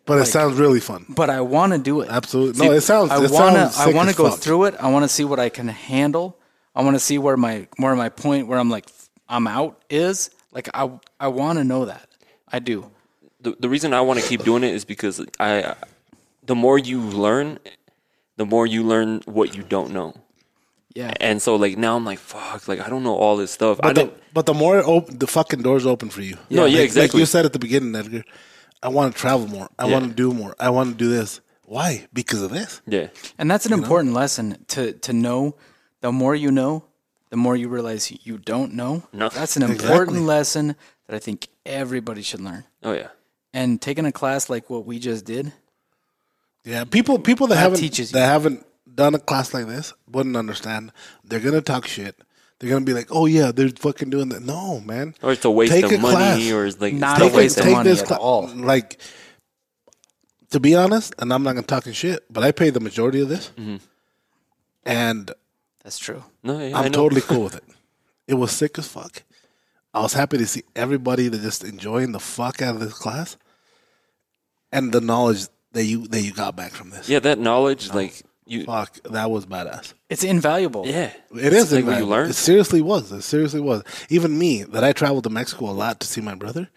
But it sounds really fun. But I want to do it. Absolutely. No, it sounds. I it want sounds to. I sick want to as go fuck. through it. I want to see what I can handle. I want to see where my where my point where I'm like I'm out is. Like I I want to know that. I do. The the reason I want to keep doing it is because I, the more you learn, the more you learn what you don't know. Yeah. And so like now I'm like fuck like I don't know all this stuff. I But the, don't. but the more op- the fucking doors open for you. No, yeah, Like- Like exactly. you said at the beginning, Edgar, I want to travel more. I want to do more. I want to do this. Why? Because of this. Yeah. And that's an important lesson to to know. The more you know, the more you realize you don't know. No. That's an important lesson that I think everybody should learn. Oh yeah. And taking a class like what we just did, Yeah, people people that, haven't teaches you. that haven't done a class like this wouldn't understand. They're gonna talk shit. They're gonna be like, "Oh yeah, they're fucking doing that." No, man. Or it's a waste Take of a money, class. or it's like Not it's a waste of money this at cla- all. Like, to be honest, and I'm not gonna talk shit, but I pay the majority of this, Mm-hmm. and that's true. No, yeah, I I'm know. totally cool with it. It was sick as fuck. I was happy to see everybody that just enjoying the fuck out of this class and the knowledge that you that you got back from this. Yeah, that knowledge like you. Fuck, that was badass. It's invaluable. Yeah. It is like what you invaluable. learn. It seriously was. It seriously was. Even me, that I traveled to Mexico a lot to see my brother.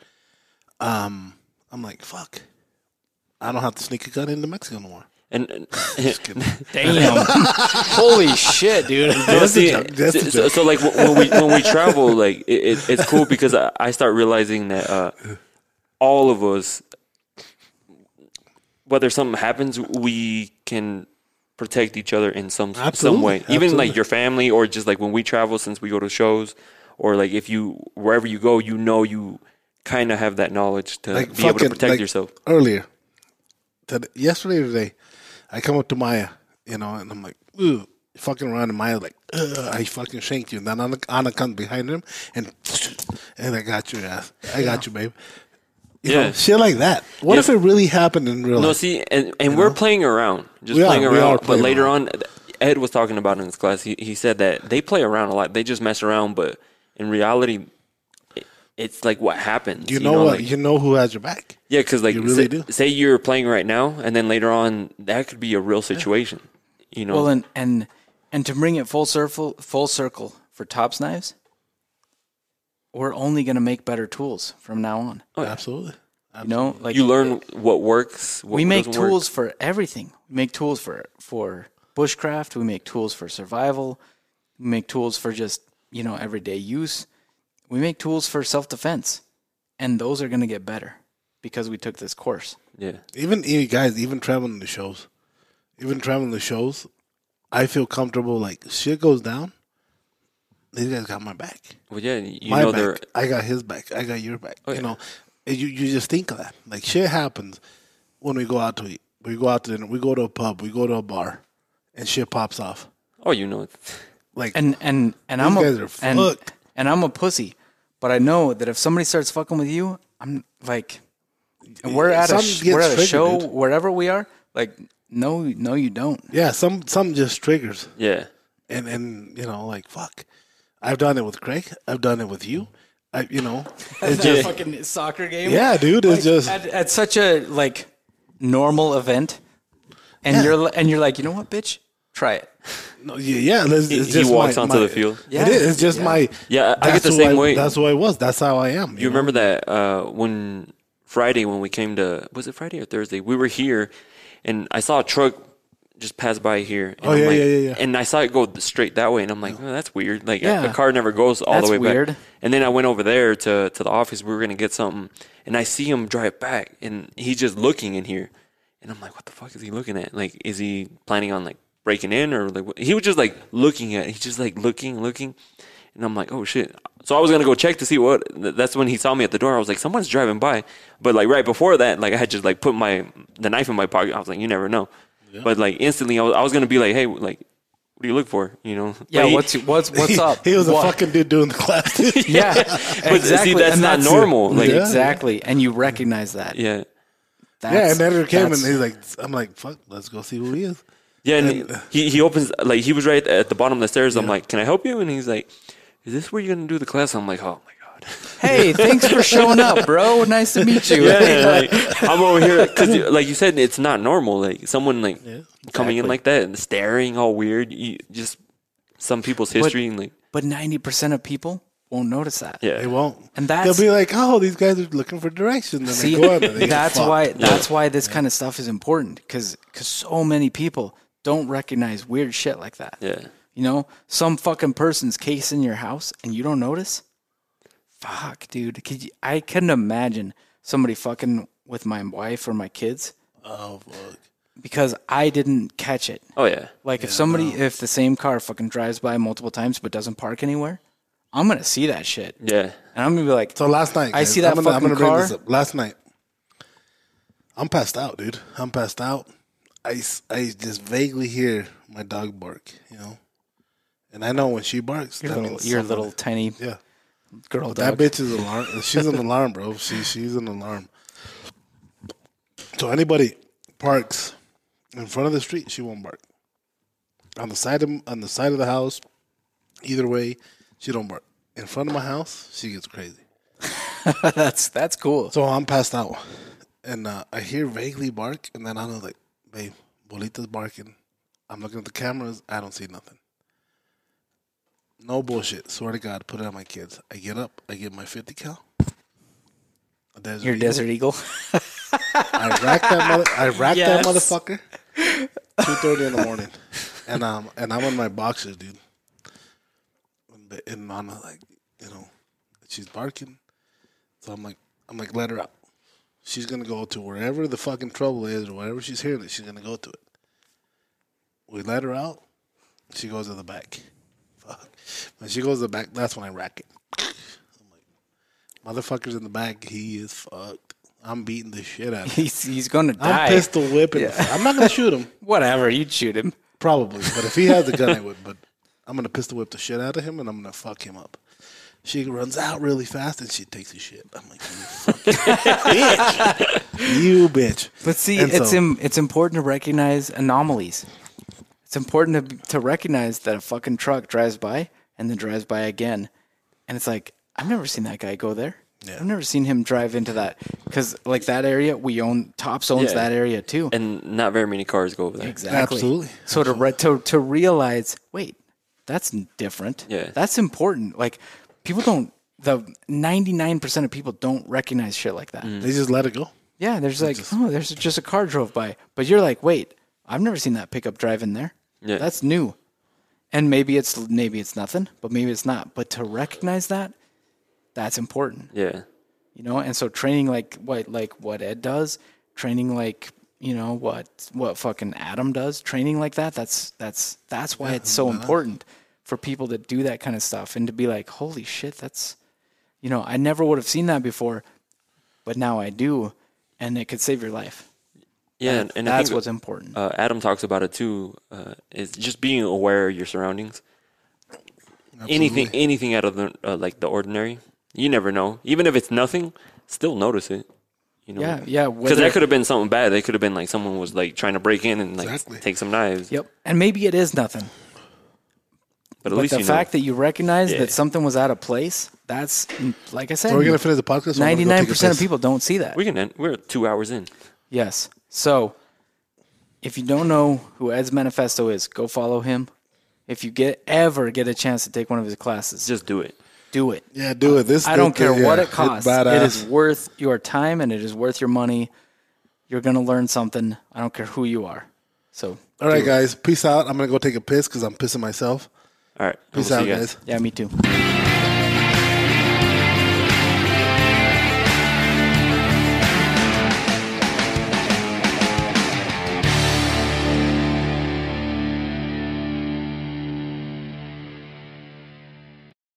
Um, I'm like, fuck. I don't have to sneak a gun into Mexico no more. And, and Damn. Holy shit, dude. No, see, joke. That's so, a joke. so, like wh- when we when we travel, like it, it, it's cool because I, I start realizing that uh, all of us, whether something happens, we can protect each other in some some way. Absolutely, Even like absolutely. your family, or just like when we travel, since we go to shows, or like if you wherever you go, you know you kind of have that knowledge to Like be fucking, able to protect like, yourself. Earlier, today, yesterday or today, I come up to Maya, you know, and I'm like, ooh, fucking around, and Maya's like, Ugh, I fucking shanked you. And then Anna, Anna comes behind him, and and I got your ass. I got you, babe. You Yeah. know, shit like that. What Yeah. if it really happened in real No, life? see, and, and we're playing around, just We are- playing we around. are but playing later around. on, Ed was talking about in his class. He he said that they play around a lot. They just mess around, but in reality, it, it's like what happens. you, know, what? like- you know who has your back. yeah, because like you really say, do. say you're playing right now, and then later on, that could be a real situation. You know, Well, and and and to bring it full circle, full circle for Tops Knives, we're only going to make better tools from now on. Absolutely. You know, like you learn what works. What we make doesn't work. tools for everything. We make tools for for bushcraft. We make tools for survival. We make tools for just you know everyday use. We make tools for self defense, and those are going to get better because we took this course. Yeah, Even even- guys, even traveling to shows, even traveling to shows, I feel comfortable. Like shit goes down, these guys got my back. well, yeah, you my know they're Oh, back. I got his back. I got your back. yeah. You know, And you you just think of that. Like shit happens when we go out to eat. We go out to dinner. We go to a pub. We go to a bar, and shit pops off. oh, you know, it's- Like and and and I'm guys a, are and, fucked. and I'm a pussy, but I know that if somebody starts fucking with you, I'm like, and we're at a something sh- gets we're at a triggered, show dude. wherever we are. Like, no, no, you don't. yeah, some some just triggers. yeah, and and you know like fuck i've done it with craig i've done it with you i you know it's just Fucking soccer game. yeah dude it's just at, at such a like normal event, and you're li- and you're like, you know what, bitch, try it. no, yeah, yeah it's, He- it's he just walks my- onto my- the field. it is it's just my yeah. I- I get that's the who same way. that's who i was that's how i am You know? remember that uh, when Friday when we came to was it Friday or Thursday? We were here, and I saw a truck just pass by here. And Oh, yeah, like, yeah, yeah, yeah. And I saw it go straight that way, and I'm like, oh, that's weird. Like Yeah. a, car never goes all That's the way weird. back. And then I went over there to to the office. We were gonna get something, and I see him drive back, and he's just looking in here, and I'm like, what the fuck is he looking at? Like, is he planning on like breaking in or like what- he was just like looking at? He's just like looking, looking. And I'm like, oh shit. So I was gonna go check to see what. th- That's when he saw me at the door. I was like, someone's driving by. But like right before that, like I had just like put my the knife in my pocket. I was like, you never know. But like instantly, I was, I was gonna be like, hey, like, what do you look for? You know? Yeah, But he- what's what's what's he, up? he was What? a fucking dude doing the class dude. yeah. But see, that's not normal. Like, Yeah. exactly, and you recognize that. yeah, yeah That's- and then he came and that's- he's like i'm like fuck let's go see who he is yeah. And he he opens like he was right at the bottom of the stairs. I'm like, can I help you? And he's like, is this where you're gonna do the class? I'm like, oh my god. hey, thanks for showing up, bro. Nice to meet you. Yeah, like I'm over here because, like you said, it's not normal. Like someone like coming exactly. in like that and staring all weird. You, just some people's history and like But ninety percent of people won't notice that. yeah, they won't And that's- they'll be like oh these guys are looking for directions and See, they go out and they get that's fucked. why that's why this kind of stuff is important because so many people don't recognize weird shit like that. yeah. You know, some fucking person's case in your house and you don't notice. Fuck, dude. Could you, I couldn't imagine somebody fucking with my wife or my kids oh fuck because I didn't catch it. Oh yeah, Like if somebody, if the same car fucking drives by multiple times but doesn't park anywhere, I'm gonna see that shit yeah. and I'm gonna be like, So last night, I guys, see that I'm gonna, I'm fucking gonna bring this car. up. Last night, I'm passed out, dude. I'm passed out. I, s- I just vaguely hear my dog bark, you know, and I know when she barks, your that little, means your something- little tiny yeah. girl That dog. bitch is alarm. She's an alarm, bro. She she's an alarm. So anybody parks in front of the street, she won't bark. On the side of on the side of the house, either way, she don't bark. In front of my house, she gets crazy. that's that's cool. So I'm passed out, and uh, I hear vaguely bark, and then I was like, "Babe, Bolita's barking." I'm looking at the cameras. I don't see nothing. No bullshit. Swear to God, put it on my kids. I get up. I get my 50 cal. A Desert Your Eagle. desert eagle. I racked that mother. I racked Yes. that motherfucker. Two thirty in the morning, and um, and I'm in my boxers, dude. And, ba- and Nana, like, you know, she's barking, so I'm like, I'm like, let her out. She's gonna go to wherever the fucking trouble is, or wherever she's hearing it. She's gonna go to it. We let her out. She goes to the back. Fuck. When she goes to the back, that's when I rack it. I'm like, motherfuckers in the back. He is fucked. I'm beating the shit out of him. he's he's gonna die. I'm pistol whipping. I'm not gonna shoot him, Whatever, you'd shoot him. probably. But if he has a gun, I would. But I'm gonna pistol whip the shit out of him, and I'm gonna fuck him up. She runs out really fast and she takes a shit. I'm like, you fucking bitch. You bitch. But see, And it's so- Im- it's important to recognize anomalies. It's important to to recognize that a fucking truck drives by and then drives by again, and it's like I've never seen that guy go there. I've never seen him drive into that because like that area we own. Tops owns Yeah. that area too. and not very many cars go over there. Exactly. Absolutely. So to re- to to realize, wait, that's different. Yeah. That's important. Like people don't. The ninety nine percent of people don't recognize shit like Mm. that. They just let it go. Yeah, there's like, oh, there's just a car drove by. But you're like, wait, I've never seen that pickup drive in there. Yeah. That's new. And maybe it's maybe it's nothing, but maybe it's not. But to recognize that, that's important. Yeah. You know, and so training like what like what Ed does, training like you know what what fucking Adam does, training like that, that's that's that's why it's Uh-huh. so important for people to do that kind of stuff and to be like, holy shit, that's you know, I never would have seen that before, but now I do, and it could save your life. Yeah. And, and I that's think, what's important. uh, Adam talks about it too. Uh, is just being aware of your surroundings. Anything, anything out of the uh, like the ordinary, you never know. Even if it's nothing, still notice it. You know, yeah, yeah. Because whether- that could have been something bad. They could have been like someone was like trying to break in and like Exactly. take some knives. Yep. And maybe it is nothing. But at But least the you fact know. that you recognize Yeah. that something was out of place, that's like I said, Are we going to finish the podcast? or I'm gonna go ninety-nine take a percent of piss? people don't see that. we can end. We're two hours in. Yes. So if you don't know who Ed's manifesto is, go follow him. If you get ever get a chance to take one of his classes, Just do it. do it. Yeah, do it. This I don't this- care yeah, what it it's costs. badass. It is worth your time and it is worth your money. You're gonna learn something. I don't care who you are. So All right, guys. Peace out. I'm going to go take a piss because I'm pissing myself. All right. Peace We'll see out, you guys. yeah, me too.